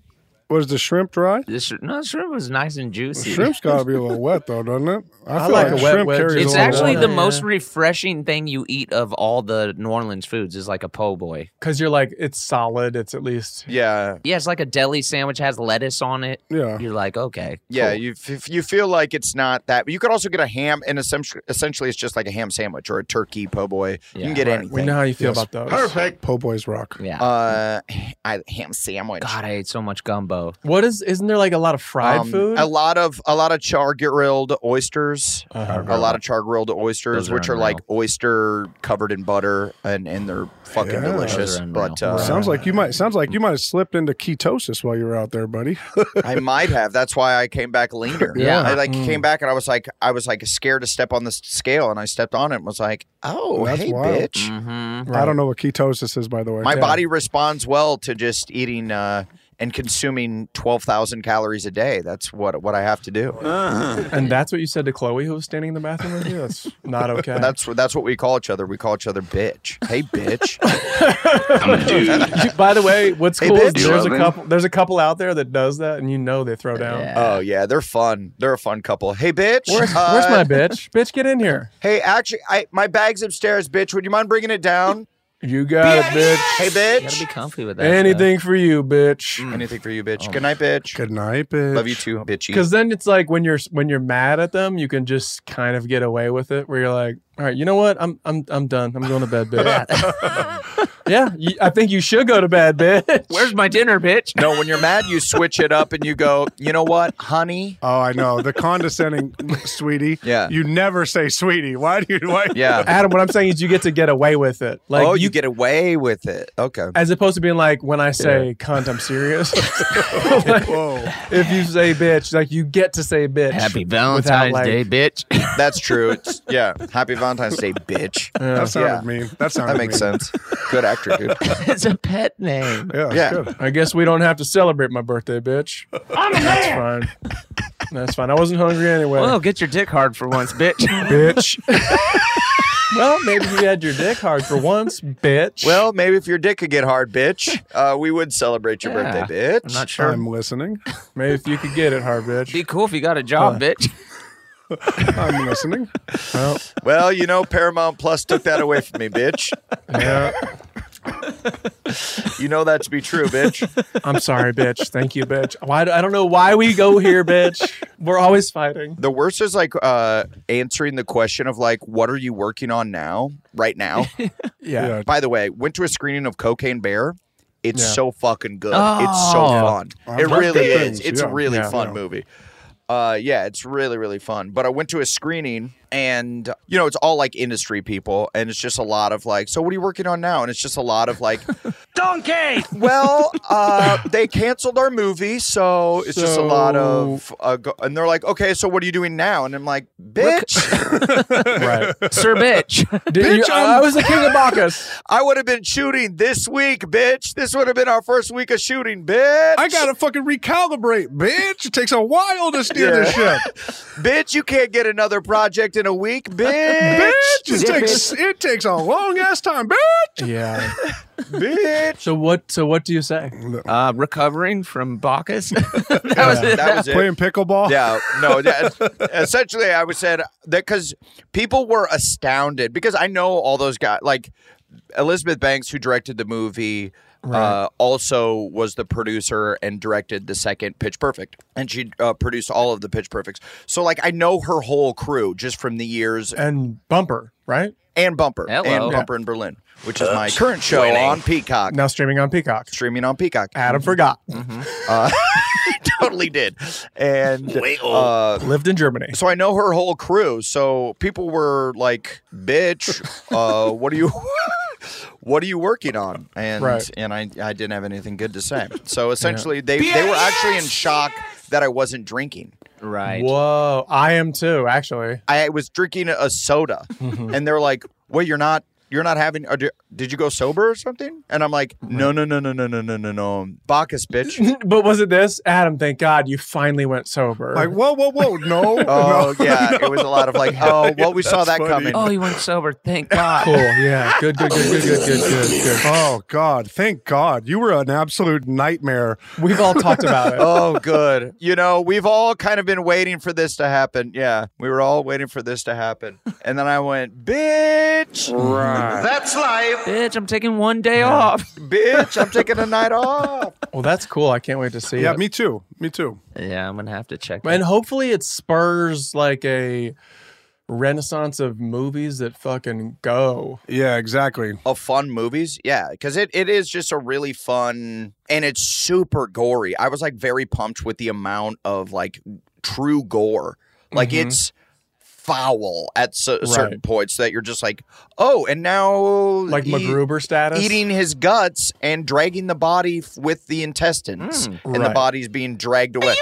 Was the shrimp dry?
This no shrimp was nice and juicy.
Shrimp's got to be a little wet though, doesn't it?
I like a wet
shrimp
wedge.
carries
It's
a lot of
actually
water.
the most refreshing thing you eat of all the New Orleans foods is like a po' boy.
Because you're like it's solid. It's at least
Yeah.
Yeah, it's like a deli sandwich has lettuce on it.
Yeah.
You're like, okay.
Yeah,
cool.
you f- you feel like it's not that. But you could also get a ham, and essentially, essentially it's just like a ham sandwich or a turkey po' boy. you can get anything.
We know how you feel about those.
Perfect. Po' boys rock.
Yeah.
Uh, I, ham sandwich.
God, I ate so much gumbo.
What is? Isn't there like a lot of fried
Um,
food?
A lot of a lot of char grilled oysters.
Uh-huh.
A lot of char grilled oysters,
Those are
which are like oyster covered in butter, and and they're fucking
Yeah.
delicious. But uh,
Well, sounds like you might sounds like you might have slipped into ketosis while you were out there, buddy.
I might have. That's why I came back leaner.
Yeah.
I like
Mm.
came back and I was like, I was like scared to step on the s- scale, and I stepped on it and was like, oh,
That's
hey,
wild.
bitch.
I don't know what ketosis is, by the way.
My body responds well to just eating uh, and consuming twelve thousand calories a day. That's what what I have to do.
and that's what you said to Chloe, who was standing in the bathroom with you. That's not okay.
That's that's what we call each other. We call each other bitch. Hey, bitch.
By the way, what's
Hey,
cool is
bitch.
there's a
Lovin'.
couple there's a couple out there that does that, and you know they throw down.
Oh yeah, they're fun. They're a fun couple. Hey, bitch.
Where's,
Uh,
where's my bitch? Bitch, get in here.
Hey, actually, I my bag's upstairs, bitch. Would you mind bringing it down?
You got it, bitch.
Hey, Mm. bitch.
Gotta be comfy with that.
Anything for you, bitch.
Anything for you, bitch. Good night, bitch.
Oh, Good night, bitch.
Love you too, bitchy.
Because then it's like when you're when you're mad at them, you can just kind of get away with it. Where you're like, all right, you know what? I'm I'm I'm done. I'm going to bed, bitch. yeah, you, I think you should go to bed, bitch.
Where's my dinner, bitch?
No, when you're mad, you switch it up and you go, you know what, honey?
Oh, I know the condescending sweetie.
Yeah.
you never say sweetie. Why do you? Why?
Adam, what I'm saying is you get to get away with it. Like
oh,
you,
you, get away with it. Okay.
as opposed to being like when I say cunt, I'm serious. Like, If you say bitch, like you get to say bitch.
Happy
without,
Valentine's
like-
Day, bitch.
That's true. It's, yeah. Happy Valentine's Day, bitch.
That sounded
Yeah.
mean. That sounded
That makes
mean.
sense. Good actor, dude.
it's a pet name.
Yeah,
Yeah.
Good.
I guess we don't have to celebrate my birthday, bitch. That's fine. That's fine. I wasn't hungry anyway.
Well, Oh, get your dick hard for once, bitch.
bitch. well, maybe you had your dick hard for once, bitch.
Well, maybe if your dick could get hard, bitch, uh, we would celebrate your
Yeah.
birthday, bitch.
I'm not sure.
I'm listening.
maybe if you could get it hard, bitch.
Be cool if you got a
Uh,
job, bitch.
I'm listening.
Well, you know, Paramount Plus took that away from me, bitch.
Yeah.
You know that to be true, bitch.
I'm sorry, bitch. Thank you, bitch. Why do, I don't know why we go here, bitch. We're always fighting.
The worst is like uh, answering the question of like, what are you working on now, right now?
Yeah.
By the way, went to a screening of Cocaine Bear. It's
Yeah.
so fucking good. It's so
Oh.
fun.
I've
it
heard
really
good
is.
things,
It's a
yeah.
really
Yeah.
fun
Yeah.
movie. Uh, yeah, it's really really fun. But I went to a screening and you know it's all like industry people and it's just a lot of like so what are you working on now and it's just a lot of like
Donkey!
well uh they canceled our movie so it's just a lot of
So-
uh, go- and they're like okay so what are you doing now and i'm like bitch
right.
Sir Bitch.
Did you-
Bitch,
I
I'm-
was the king of Bacchus.
i would have been shooting this week bitch this would have been our first week of shooting bitch
I gotta fucking recalibrate, bitch. It takes a while to steer this
Yeah.
ship.
bitch you can't get another project in a week bitch
bitch, it takes it takes a long ass time, bitch.
Yeah.
bitch
So what? So what do you say?
Uh, recovering from Bacchus.
that was it. That was it.
Playing pickleball.
Yeah, no. that- essentially, I would said that because people were astounded because I know all those guys. Like Elizabeth Banks, who directed the movie, uh, also was the producer and directed the second Pitch Perfect, and she uh, produced all of the Pitch Perfects. So, like, I know her whole crew just from the years
And bumper, right?
and Bumper
Hello.
and
Yeah.
Bumper in Berlin, which is my
Oops.
current show
Winning.
on Peacock,
Now streaming on Peacock.
streaming on Peacock.
Adam forgot.
Uh, totally did, and uh,
Lived in Germany.
So I know her whole crew. So people were like, "Bitch, uh, what are you, what are you working on?" And
Right.
and I I didn't have anything good to say. So essentially, they they were actually in shock that I wasn't drinking.
right.
Whoa, I am too. Actually,
I was drinking a soda,
Mm-hmm.
and they're like, "Wait, you're not." You're not having. Or do, did you go sober or something? And I'm like, no, no, no, no, no, no, no, no, no, Bacchus, bitch.
but was it this Adam? Thank God you finally went sober.
Like whoa, whoa, whoa. No.
Oh
no,
yeah,
no.
it was a lot of like, oh, well, we saw
That's
that coming.
funny.
Oh, you went sober. Thank God.
cool. Yeah. Good. Good. Good. Good. Good. Good. Good. good.
Oh God! Thank God, you were an absolute nightmare.
We've all talked about it.
oh, good. You know, we've all kind of been waiting for this to happen. Yeah, we were all waiting for this to happen. And then I went, bitch,
That's life.
Bitch, I'm taking one day off.
bitch, I'm taking a night off.
Well, that's cool. I can't wait to see
Yeah,
it.
me too. Me too.
Yeah, I'm gonna have to check.
and hopefully it spurs like a renaissance of movies that fucking go.
Yeah, exactly.
Of fun movies. Yeah, because it, it is just a really fun and it's super gory. I was like very pumped with the amount of like true gore. Like
Mm-hmm.
it's foul at so- certain
Right.
points that you're just like, oh, and now
Like
he-
MacGruber status.
E- eating his guts and dragging the body f- with the intestines,
Mm,
and the
Right.
body's being dragged away.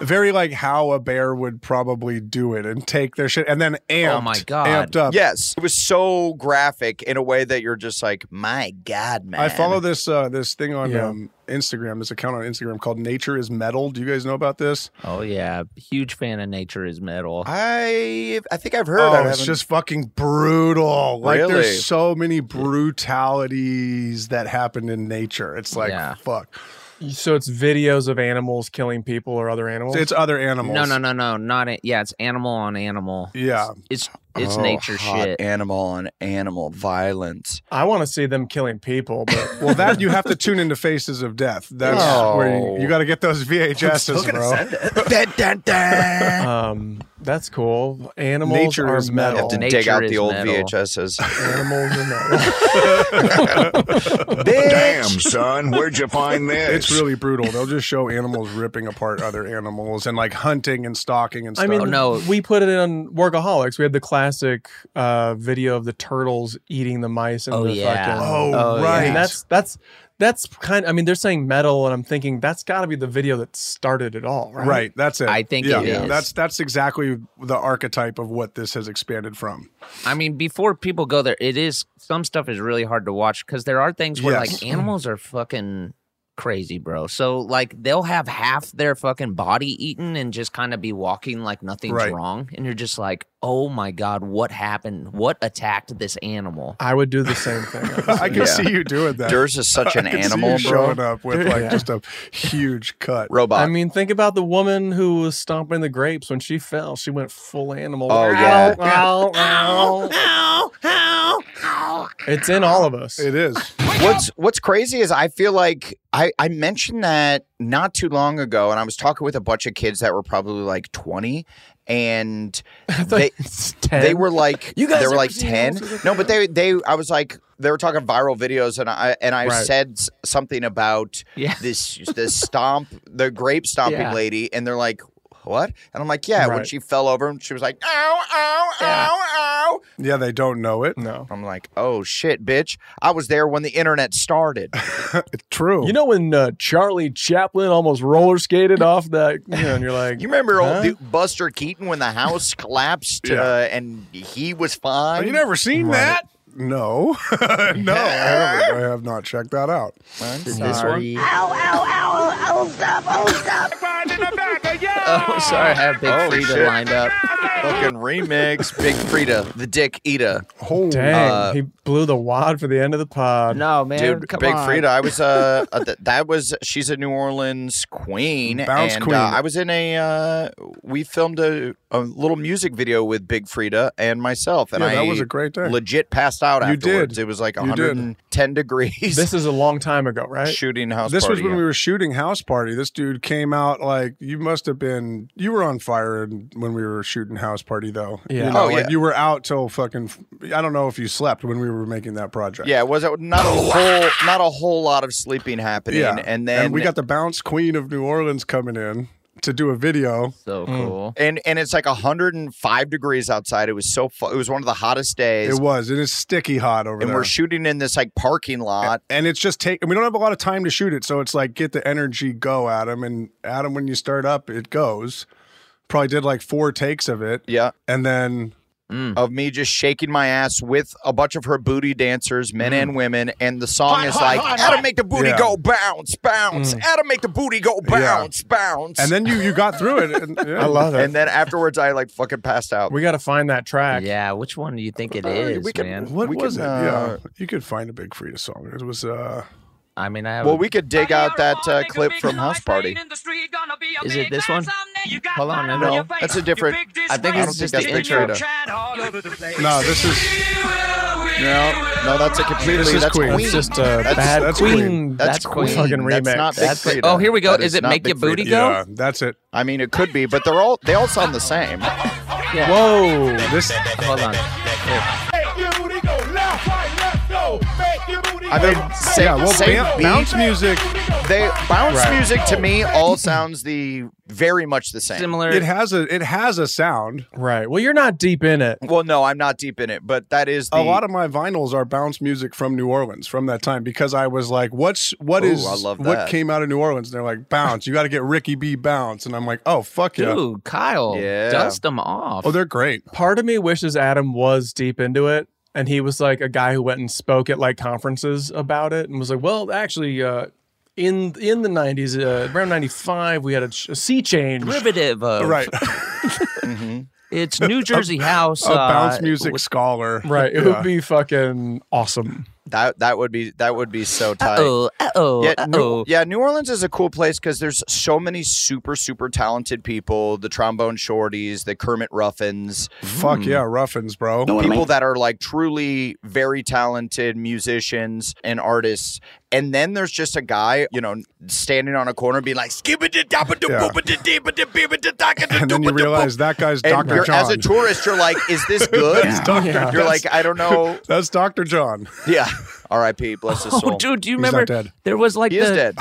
Very like how a bear would probably do it and take their shit and then amped.
Oh, my God.
Amped up.
Yes, it was so graphic in a way that you're just like, my God, man.
I follow this uh, this thing on
Yeah.
um, Instagram. This account on Instagram called Nature is Metal. Do you guys know about this?
Oh yeah, huge fan of Nature is Metal.
I I think I've heard. I
Oh,
haven't-
it's just fucking brutal. Like
Really?
there's so many brutalities that happen in nature. It's like
Yeah.
fuck.
So it's videos of animals killing people or other animals.
It's other animals.
No, no, no, no, not it. Yeah, it's animal on animal.
Yeah.
It's it's
Oh,
nature
hot
shit.
Animal on animal violence.
I want to see them killing people, but
Well, that you have to tune into Faces of Death. That's
Yeah. Oh.
where you, you got to get those VHSs, bro.
Dun, dun, dun.
um, that's cool. Animals
Nature
are
is
You
metal.
have to
metal.
Nature
dig out the
is
old
metal.
VHSs.
Animals are metal.
Damn,
Bitch.
son, where'd you find this?
It's really brutal. They'll just show animals ripping apart other animals and like hunting and stalking and
I
stuff.
mean,
Oh, no.
we put it on Workaholics. We had the classic uh, video of the turtles eating the mice and
Oh,
the
yeah.
fucking.
oh,
Oh,
right.
yeah.
And that's that's that's kind. I mean, they're saying metal, and I'm thinking that's got to be the video that started it all, right?
right. That's it.
I think
yeah.
it is.
That's that's exactly the archetype of what this has expanded from.
I mean, before people go there, it is some stuff is really hard to watch because there are things where
Yes.
like animals are fucking crazy, bro. So like they'll have half their fucking body eaten and just kind of be walking like nothing's
Right.
wrong, and you're just like, oh my god, what happened? What attacked this animal?
I would do the same thing. honestly.
I can
Yeah.
see you doing that.
Durs is such an
I can see
animal,
you
bro.
showing up with like
Yeah.
just a huge cut.
Robot.
I mean, think about the woman who was stomping the grapes when she fell. She went full animal.
Oh, yeah.
Ow, ow, ow, ow, ow. It's in all of us.
It is.
What's what's crazy is I feel like I, I mentioned that not too long ago, and I was talking with a bunch of kids that were probably like twenty, and they
It's 10.
they were like
You guys
they were
ever
like
seen
ten.
Animals with
No, but they they I was like they were talking viral videos, and I and I
Right.
said s- something about
Yeah.
this this stomp the grape stomping
Yeah.
lady, and they're like. what? And I'm like, yeah. When
Right.
she fell over, and she was like, ow, ow, ow, ow.
Yeah, they don't know it.
No.
I'm like, oh shit, bitch. I was there when the internet started.
True.
You know when uh, Charlie Chaplin almost roller skated off that, you know, and you're like,
You remember
huh?
old Du- Buster Keaton when the house collapsed
Yeah.
uh, and he was fine?
Have Oh, you never seen
Right.
that? No, no, I, haven't. I have not checked that out.
sorry.
Ow, ow, ow, oh, stop, oh, stop.
Oh, sorry, I have Big
Oh,
Frida
shit.
lined up.
Fucking remix, Big Frida, the Dick Eater.
Oh,
Dang,
Uh,
he blew the wad for the end of the pod.
No, man.
Dude,
come
Big
on.
Frida. I was uh, uh, th- that was she's a New Orleans queen.
Bounce
and,
queen.
Uh, I was in a uh, we filmed a, a little music video with Big Frida and myself, and
Yeah, that
I
was a great day.
Legit passed out
You
afterwards.
did.
It was like
You did.
110 degrees.
This is a long time ago, right?
shooting house.
this was
party,
when
yeah.
we were shooting House Party. This dude came out like you must have been you were on fire and- when we were shooting House Party though.
Yeah.
You know,
Oh,
like
yeah.
you were out till fucking I don't know if you slept when we were making that project.
Yeah, it was not a whole not a whole lot of sleeping happening,
Oh, Yeah.
and then
we got the bounce queen of New Orleans coming in to do a video.
So cool.
and and it's like 105 degrees outside. It was so fu- it was one of the hottest days,
It was. It is sticky hot over
and
there.
we're shooting in this like parking lot.
and it's just take and we don't have a lot of time to shoot it so it's like get the energy go adam and adam when you start up it goes probably did like four takes of it
Yeah,
and then
of me just shaking my ass with a bunch of her booty dancers, men and women, and the song is like, "Adam, make the booty
Yeah.
go bounce, bounce. Adam, make the booty go bounce, bounce."
and then you you got through it and, yeah.
I love it.
and then afterwards, I like fucking passed out.
we got to find that track.
Yeah, which one do you think it
Uh,
is,
we could,
man?
what
We
was
could,
it
uh,
yeah you could find a big frida song it was uh
I mean, I have.
well, we could dig out that uh, clip from House Party.
Is it this one? Hold on, no.
No, that's a different.
I think
I
it's
don't
just
think
the
that's
intro.
Big Frida.
no this is
No, no, that's a completely.
This is
that's
Queen.
Queen.
That's just a bad
that's
queen.
Queen.
That's,
That's
Queen.
fucking
That's
remix.
not Big
That's-
Frida.
oh, here we go.
That
Is it
not
Make
Big
Your Booty
Frida.
Go?
yeah that's it
I mean, it could be, but they're all they all sound the same.
Whoa.
this
Hold on.
I mean, same,
yeah well
same
ban-
beat.
bounce music
They bounce
Right.
music to me all sounds the very much the same.
Similar.
it has a it has a sound
Right. Well, you're not deep in it.
Well, no, I'm not deep in it, but that is the,
a lot of my vinyls are bounce music from New Orleans from that time because I was like, "What's what
Ooh,
is
I love
what
that.
came out of New Orleans?" And they're like, "Bounce, you got to get Ricky B bounce," and I'm like, "Oh fuck yeah!"
Dude, Kyle,
Yeah.
dust them off.
Oh, they're great.
Part of me wishes Adam was deep into it. And he was like a guy who went and spoke at like conferences about it and was like, well, actually, uh, in in the 90s, uh, around 95, we had a, ch- a sea change.
derivative
Oh,
of
Right,
It's New Jersey House.
a bounce
uh,
music scholar.
Right. It
Yeah.
would be fucking awesome.
that that would be that would be so tight.
Oh, oh,
Yeah, New,
oh.
yeah, New Orleans is a cool place because there's so many super, super talented people. The trombone shorties, the Kermit Ruffins,
Fuck
Hmm.
yeah, Ruffins, bro.
people that are like truly very talented musicians and artists. And then there's just a guy, you know, standing on a corner being like,
and then you realize that guy's
and
Doctor
you're,
John.
as a tourist, you're like, is this good?
Dr.
Yeah.
You're like, I don't know.
That's Doctor John.
Yeah. R.I.P. Bless his soul.
Oh, dude, do you
He's not
remember?
dead.
There was like
He
the
is dead.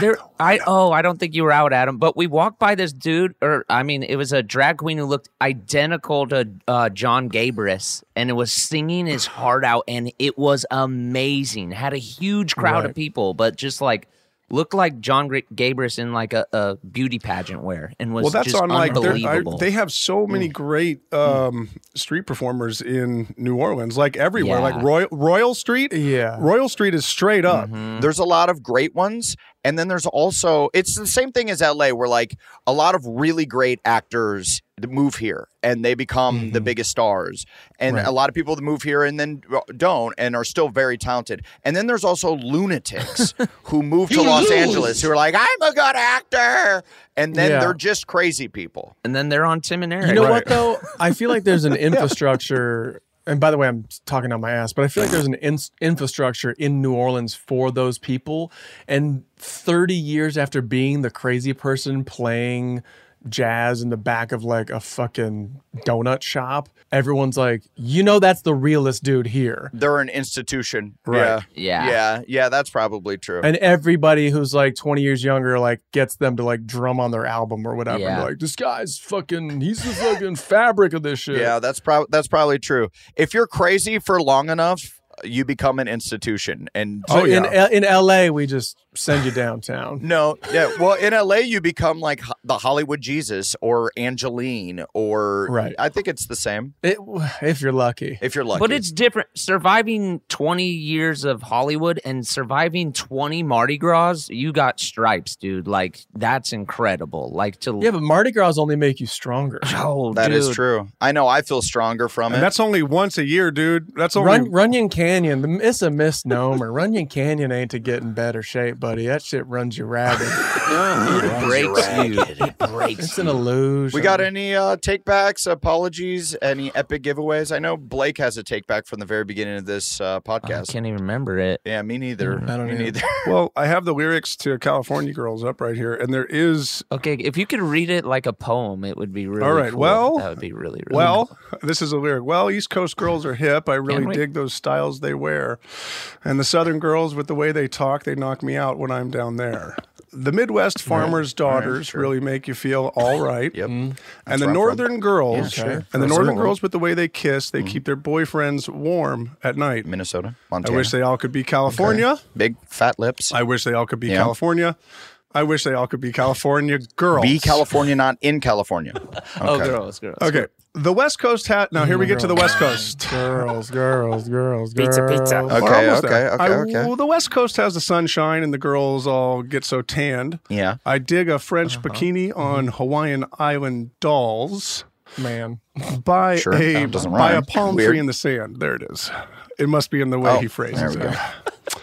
there I oh I don't think you were out Adam but we walked by this dude or I mean it was a drag queen who looked identical to uh, John Gabris and it was singing his heart out and it was amazing had a huge crowd of people but just like looked like John Gr- Gabris in like a, a beauty pageant wear and was
Well, that's
just
on like they're- I,
unbelievable
they have so
Hmm.
many great um, street performers in New Orleans, like everywhere,
Yeah.
like Royal Royal Street.
Yeah.
Royal Street is straight up.
Mm-hmm.
There's a lot of great ones. And then there's also, it's the same thing as LA, where like a lot of really great actors that move here and they become
Mm-hmm.
the biggest stars. And a lot of people that move here and then don't and are still very talented. And then there's also lunatics who move to Los Angeles who are like, I'm a good actor. And then
Yeah.
they're just crazy people.
and then they're on Tim and Eric
You know what though? I feel like there's an infrastructure. And by the way, I'm talking on my ass, but I feel like there's an in- infrastructure in New Orleans for those people. And 30 years after being the crazy person playing jazz in the back of like a fucking donut shop, everyone's like, you know, that's the realest dude here.
They're an institution.
Right.
Yeah. Yeah. Yeah. yeah, that's probably true.
And everybody who's like 20 years younger, like gets them to like drum on their album or whatever.
Yeah.
And they're like, this guy's fucking, he's the fucking fabric of this shit.
yeah, that's probably that's probably true. If you're crazy for long enough, you become an institution. And
So
Oh,
in, L- in LA, we just send you downtown.
No, yeah. Well, in LA, you become like ho- the Hollywood Jesus or Angeline, or
Right.
I think it's the same
It, if you're lucky.
if you're lucky.
But it's different. Surviving 20 years of Hollywood and surviving 20 Mardi Gras, you got stripes, dude. Like, that's incredible. Like, to.
Yeah, but Mardi Gras only make you stronger.
Oh,
That is
dude.
true. I know. I feel stronger from it.
And that's only once a year, dude. That's only
Run, Runyon Canyon, the, it's a misnomer. Runyon Canyon ain't to get in better shape, buddy. That shit runs you rabid.
it breaks you. It breaks
it's an illusion.
we got any uh, take backs, apologies, any epic giveaways? I know Blake has a take back from the very beginning of this uh,
I
podcast.
can't even remember it.
Yeah, me neither.
Mm,
I don't
me
either.
neither.
well, I have the lyrics to California Girls up right here, and there is
Okay, if you could read it like a poem, it would be really
All right,
cool.
well-
that would be really, really
Well, this is a lyric. Well, East Coast girls are hip. I really
wait.
dig those styles they wear. And the Southern girls, with the way they talk, they knock me out when I'm down there. The Midwest farmers' daughters really make you feel all right.
Yep.
And the
where I'm from.
Northern girls,
Yeah, sure.
and the
That's
Northern
similar.
girls, with the way they kiss,
Mm-hmm.
they keep their boyfriends warm at night.
Minnesota,
I
Montana.
wish they all could be California.
Big fat lips.
I wish they all could be
Yeah.
California. I wish they all could be California girls.
Be California, not in California.
Oh, girls, girls.
Okay. The West Coast hat. Now, here we get to the West
Mm-hmm.
Coast.
girls, girls, girls, girls.
Pizza, pizza.
girls.
Okay,
We're almost
okay,
there.
okay,
I-
okay.
Well, the West Coast has the sunshine and the girls all get so tanned.
Yeah. Mm-hmm.
I dig a French bikini on Hawaiian Island dolls
Man.
by
Sure,
a
that doesn't
by a
rhyme.
palm
Weird.
tree in the sand. There it is. It must be in the way
Oh,
he phrases
there we
it.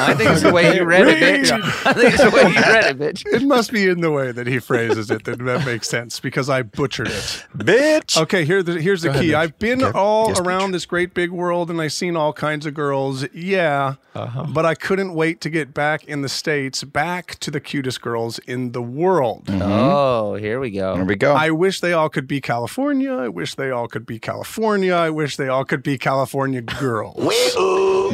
I think it's the way you read it, bitch. I think it's the way you read it, bitch.
It must be in the way that he phrases it that that makes sense because I butchered it.
Bitch.
Okay, here the, here's the key. I've been all
Yes,
around this great big world and I've seen all kinds of girls. Yeah. But I couldn't wait to get back in the States, back to the cutest girls in the world.
Mm.
Mm-hmm.
Oh, here we
Here
go.
we go.
I wish they all could be California. I wish they all could be California. I wish they all could be California girls.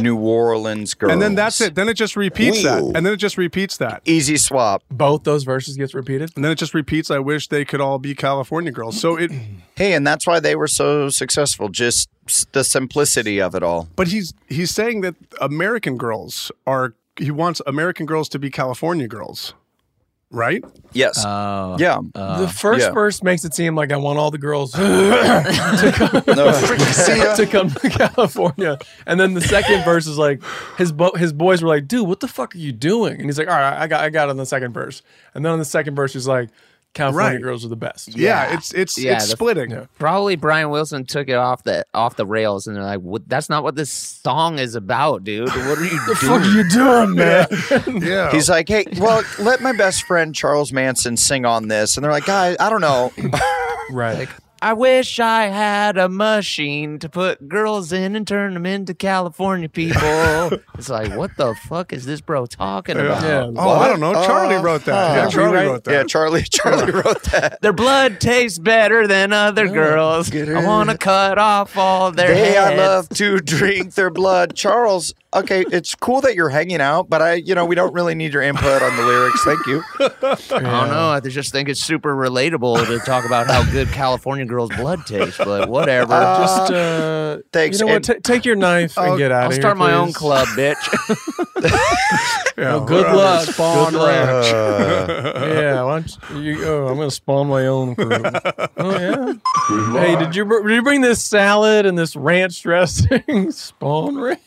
New Orleans girls.
and then that's it. Then it just repeats that. And then it just repeats that.
Easy swap.
Both those verses gets repeated.
And then it just repeats I wish they could all be California girls. So it
Hey, and that's why they were so successful. Just s- the simplicity of it all.
But he's he's saying that American girls are he wants American girls to be California girls. Right?
Yes.
Oh.
yeah.
the first
Uh, yeah.
verse makes it seem like I want all the girls to
No, see ya.
come to come to California, and then the second verse is like his bo- his boys were like, "Dude, what the fuck are you doing?" And he's like, "All right, I got I got it on the second verse," and then on the second verse he's like, "California
Right.
girls are the best."
Yeah, it's it's
Yeah,
it's
the-
splitting.
yeah.
Probably Brian Wilson took it off the off the rails, and they're like, what, "That's not what this song is about, dude. What are you
What
doing?"
are you doing, man?
Yeah.
He's like, hey, well, let my best friend Charles Manson sing on this. And they're like, guys, I don't know.
right.
I wish I had a machine to put girls in and turn them into California people. it's like, what the fuck is this bro talking about?
Yeah.
oh, I don't know.
Uh,
Charlie wrote that. yeah, Charlie
Rewrite-
wrote that.
yeah, Charlie, Charlie wrote that.
Their blood tastes better than other girls.
get
I
it.
want to cut off all their
They, I
heads.
love to drink their blood. Charles, okay, it's cool that you're hanging out, but I, you know, we don't really need your input on the lyrics. Thank you.
I don't know. I just think it's super relatable to talk about how good California girls' blood tastes, but whatever.
Just uh,
thanks,
You know what?
and-
Ta- take your knife and get out
I'll
of here.
start my own
please.
club, bitch.
Yeah,
Well, good
we're on
luck.
this Spawn
Good luck.
ranch.
yeah, why don't you, oh, I'm gonna spawn my own crew. oh yeah. Hey, did you br- did you bring this salad and this ranch dressing? spawn ranch.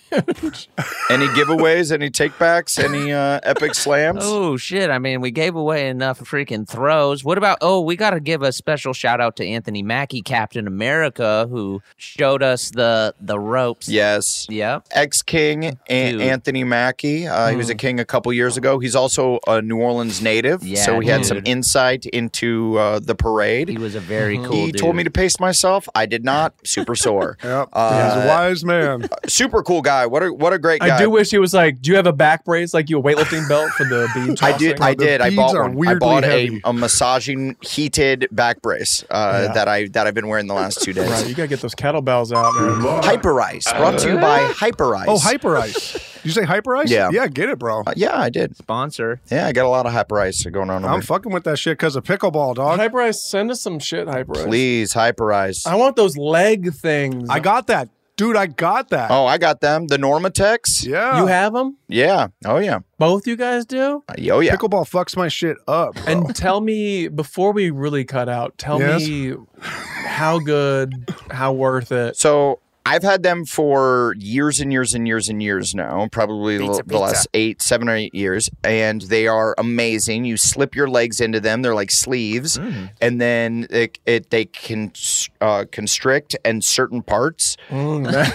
Any giveaways, any takebacks, any uh, epic slams?
oh shit! I mean, we gave away enough freaking throws. What about? Oh, we got to give a special shout out to Anthony Mackie, Captain America, who showed us the the ropes.
Yes.
Yep.
ex king a-
Dude. Mm.
Anthony Mackie. Uh, He was a king a couple years ago. He's also a New Orleans native,
Yeah,
so he had some
dude.
insight into uh, the parade.
He was a very cool.
He told me to pace myself. I did not. Super sore. Uh,
yep.
uh,
He's a wise man.
Super cool guy. What a what a great guy.
I do wish he was like, do you have a back brace like you a weightlifting belt for the bead?
I did.
tossing?"
I did. I bought one. I bought a, a massaging heated back brace uh,
Yeah.
that I that I've been wearing the last two days.
Right, you gotta get those kettlebells out, man.
Hyper Ice, brought to you by Hyper Ice.
Oh, Hyper Ice. Did you say Hyper Ice?
Yeah.
Yeah, get it, bro.
Uh, yeah, I did.
Sponsor.
Yeah, I got a lot of Hyper Ice going on.
I'm
Over.
fucking with that shit because of pickleball, dog.
Hyper Ice, send us some shit, Hyper Ice.
Please, Hyper Ice.
I want those leg things.
I got that, dude. I got that.
Oh, I got them. The Normatex.
Yeah.
You have them?
Yeah. Oh yeah.
Both you guys do?
Uh, Oh yeah.
Pickleball fucks my shit up. bro.
Oh.
And tell me before we really cut out, tell
Yes?
me how good, how worth it.
So I've had them for years and years and years and years now, probably
Pizza,
the, the last eight, seven or eight years. And they are amazing. You slip your legs into them, they're like sleeves.
Mm.
And then it, it they can uh, constrict and certain parts.
okay.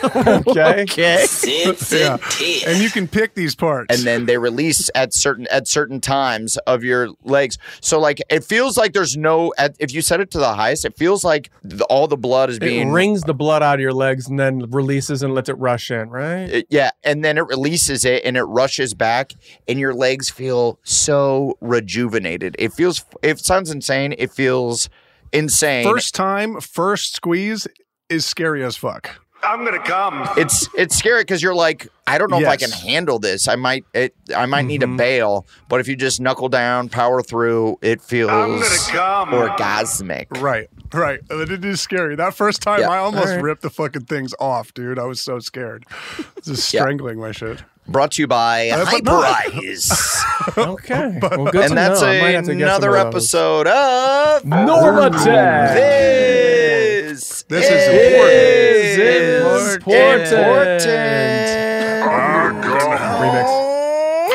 okay.
yeah. And you can pick these parts.
And then they release at certain at certain times of your legs. So like it feels like there's no at, if you set it to the highest, it feels like the, all the blood is
It
being
wrings the blood out of your legs and then releases and lets it rush in, right?
It- Uh, yeah, and then it releases it and it rushes back, and your legs feel so rejuvenated. It feels, it sounds insane. It feels insane.
First time, first squeeze is scary as fuck.
I'm gonna come.
it's it's scary because you're like, I don't know if I
Yes.
can handle this. I might, it, I might need to bail. But if you just knuckle down, power through, it feels
come.
orgasmic.
Right, right. But It is scary. That first time,
Yeah.
I almost
All right.
ripped the fucking things off, dude. I was so scared. Just
Yeah.
strangling my shit.
Brought to you by
Uh, but
Hyper
not-
Eyes.
Okay. Well, good to
and that's
know. I might have to get some
another
of those.
episode of
Normatec.
This,
This is
is
important. Important.
Oh important.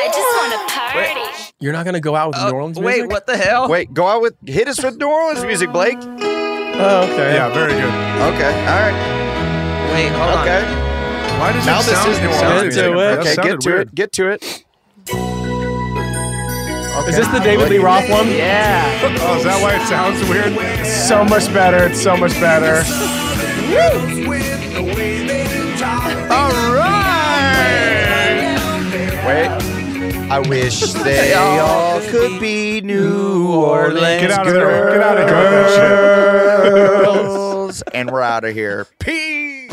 I just want to party.
You're not gonna go out
Uh,
with New Orleans
Wait,
music?
what the hell?
Wait, go out with hit us with New Orleans music, Blake.
Oh, okay.
Yeah, very good.
Okay, all right,
Wait, hold on.
okay.
Why does
Now
it
this
sound
is New
sounded
Orleans.
weird. That
Okay, get
sounded
to
weird.
it. Get to it.
Is this the David Lee Roth one?
Yeah.
Oh, is that why it sounds weird?
So much better. It's so much better.
All right.
Wait. I wish they all could be New Orleans
Get out of there. Get out of there. with that shit.
girls. and we're out of here. Peace.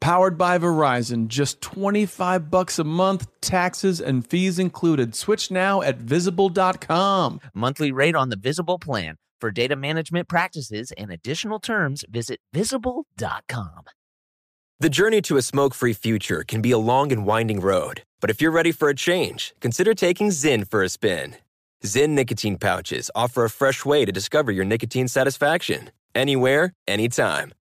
powered by Verizon. Just 25 bucks a month, taxes and fees included. Switch now at visible.com.
Monthly rate on the visible plan. For data management practices and additional terms, visit visible.com.
The journey to a smoke free future can be a long and winding road, but if you're ready for a change, consider taking Zinn for a spin. Zinn nicotine pouches offer a fresh way to discover your nicotine satisfaction anywhere, anytime.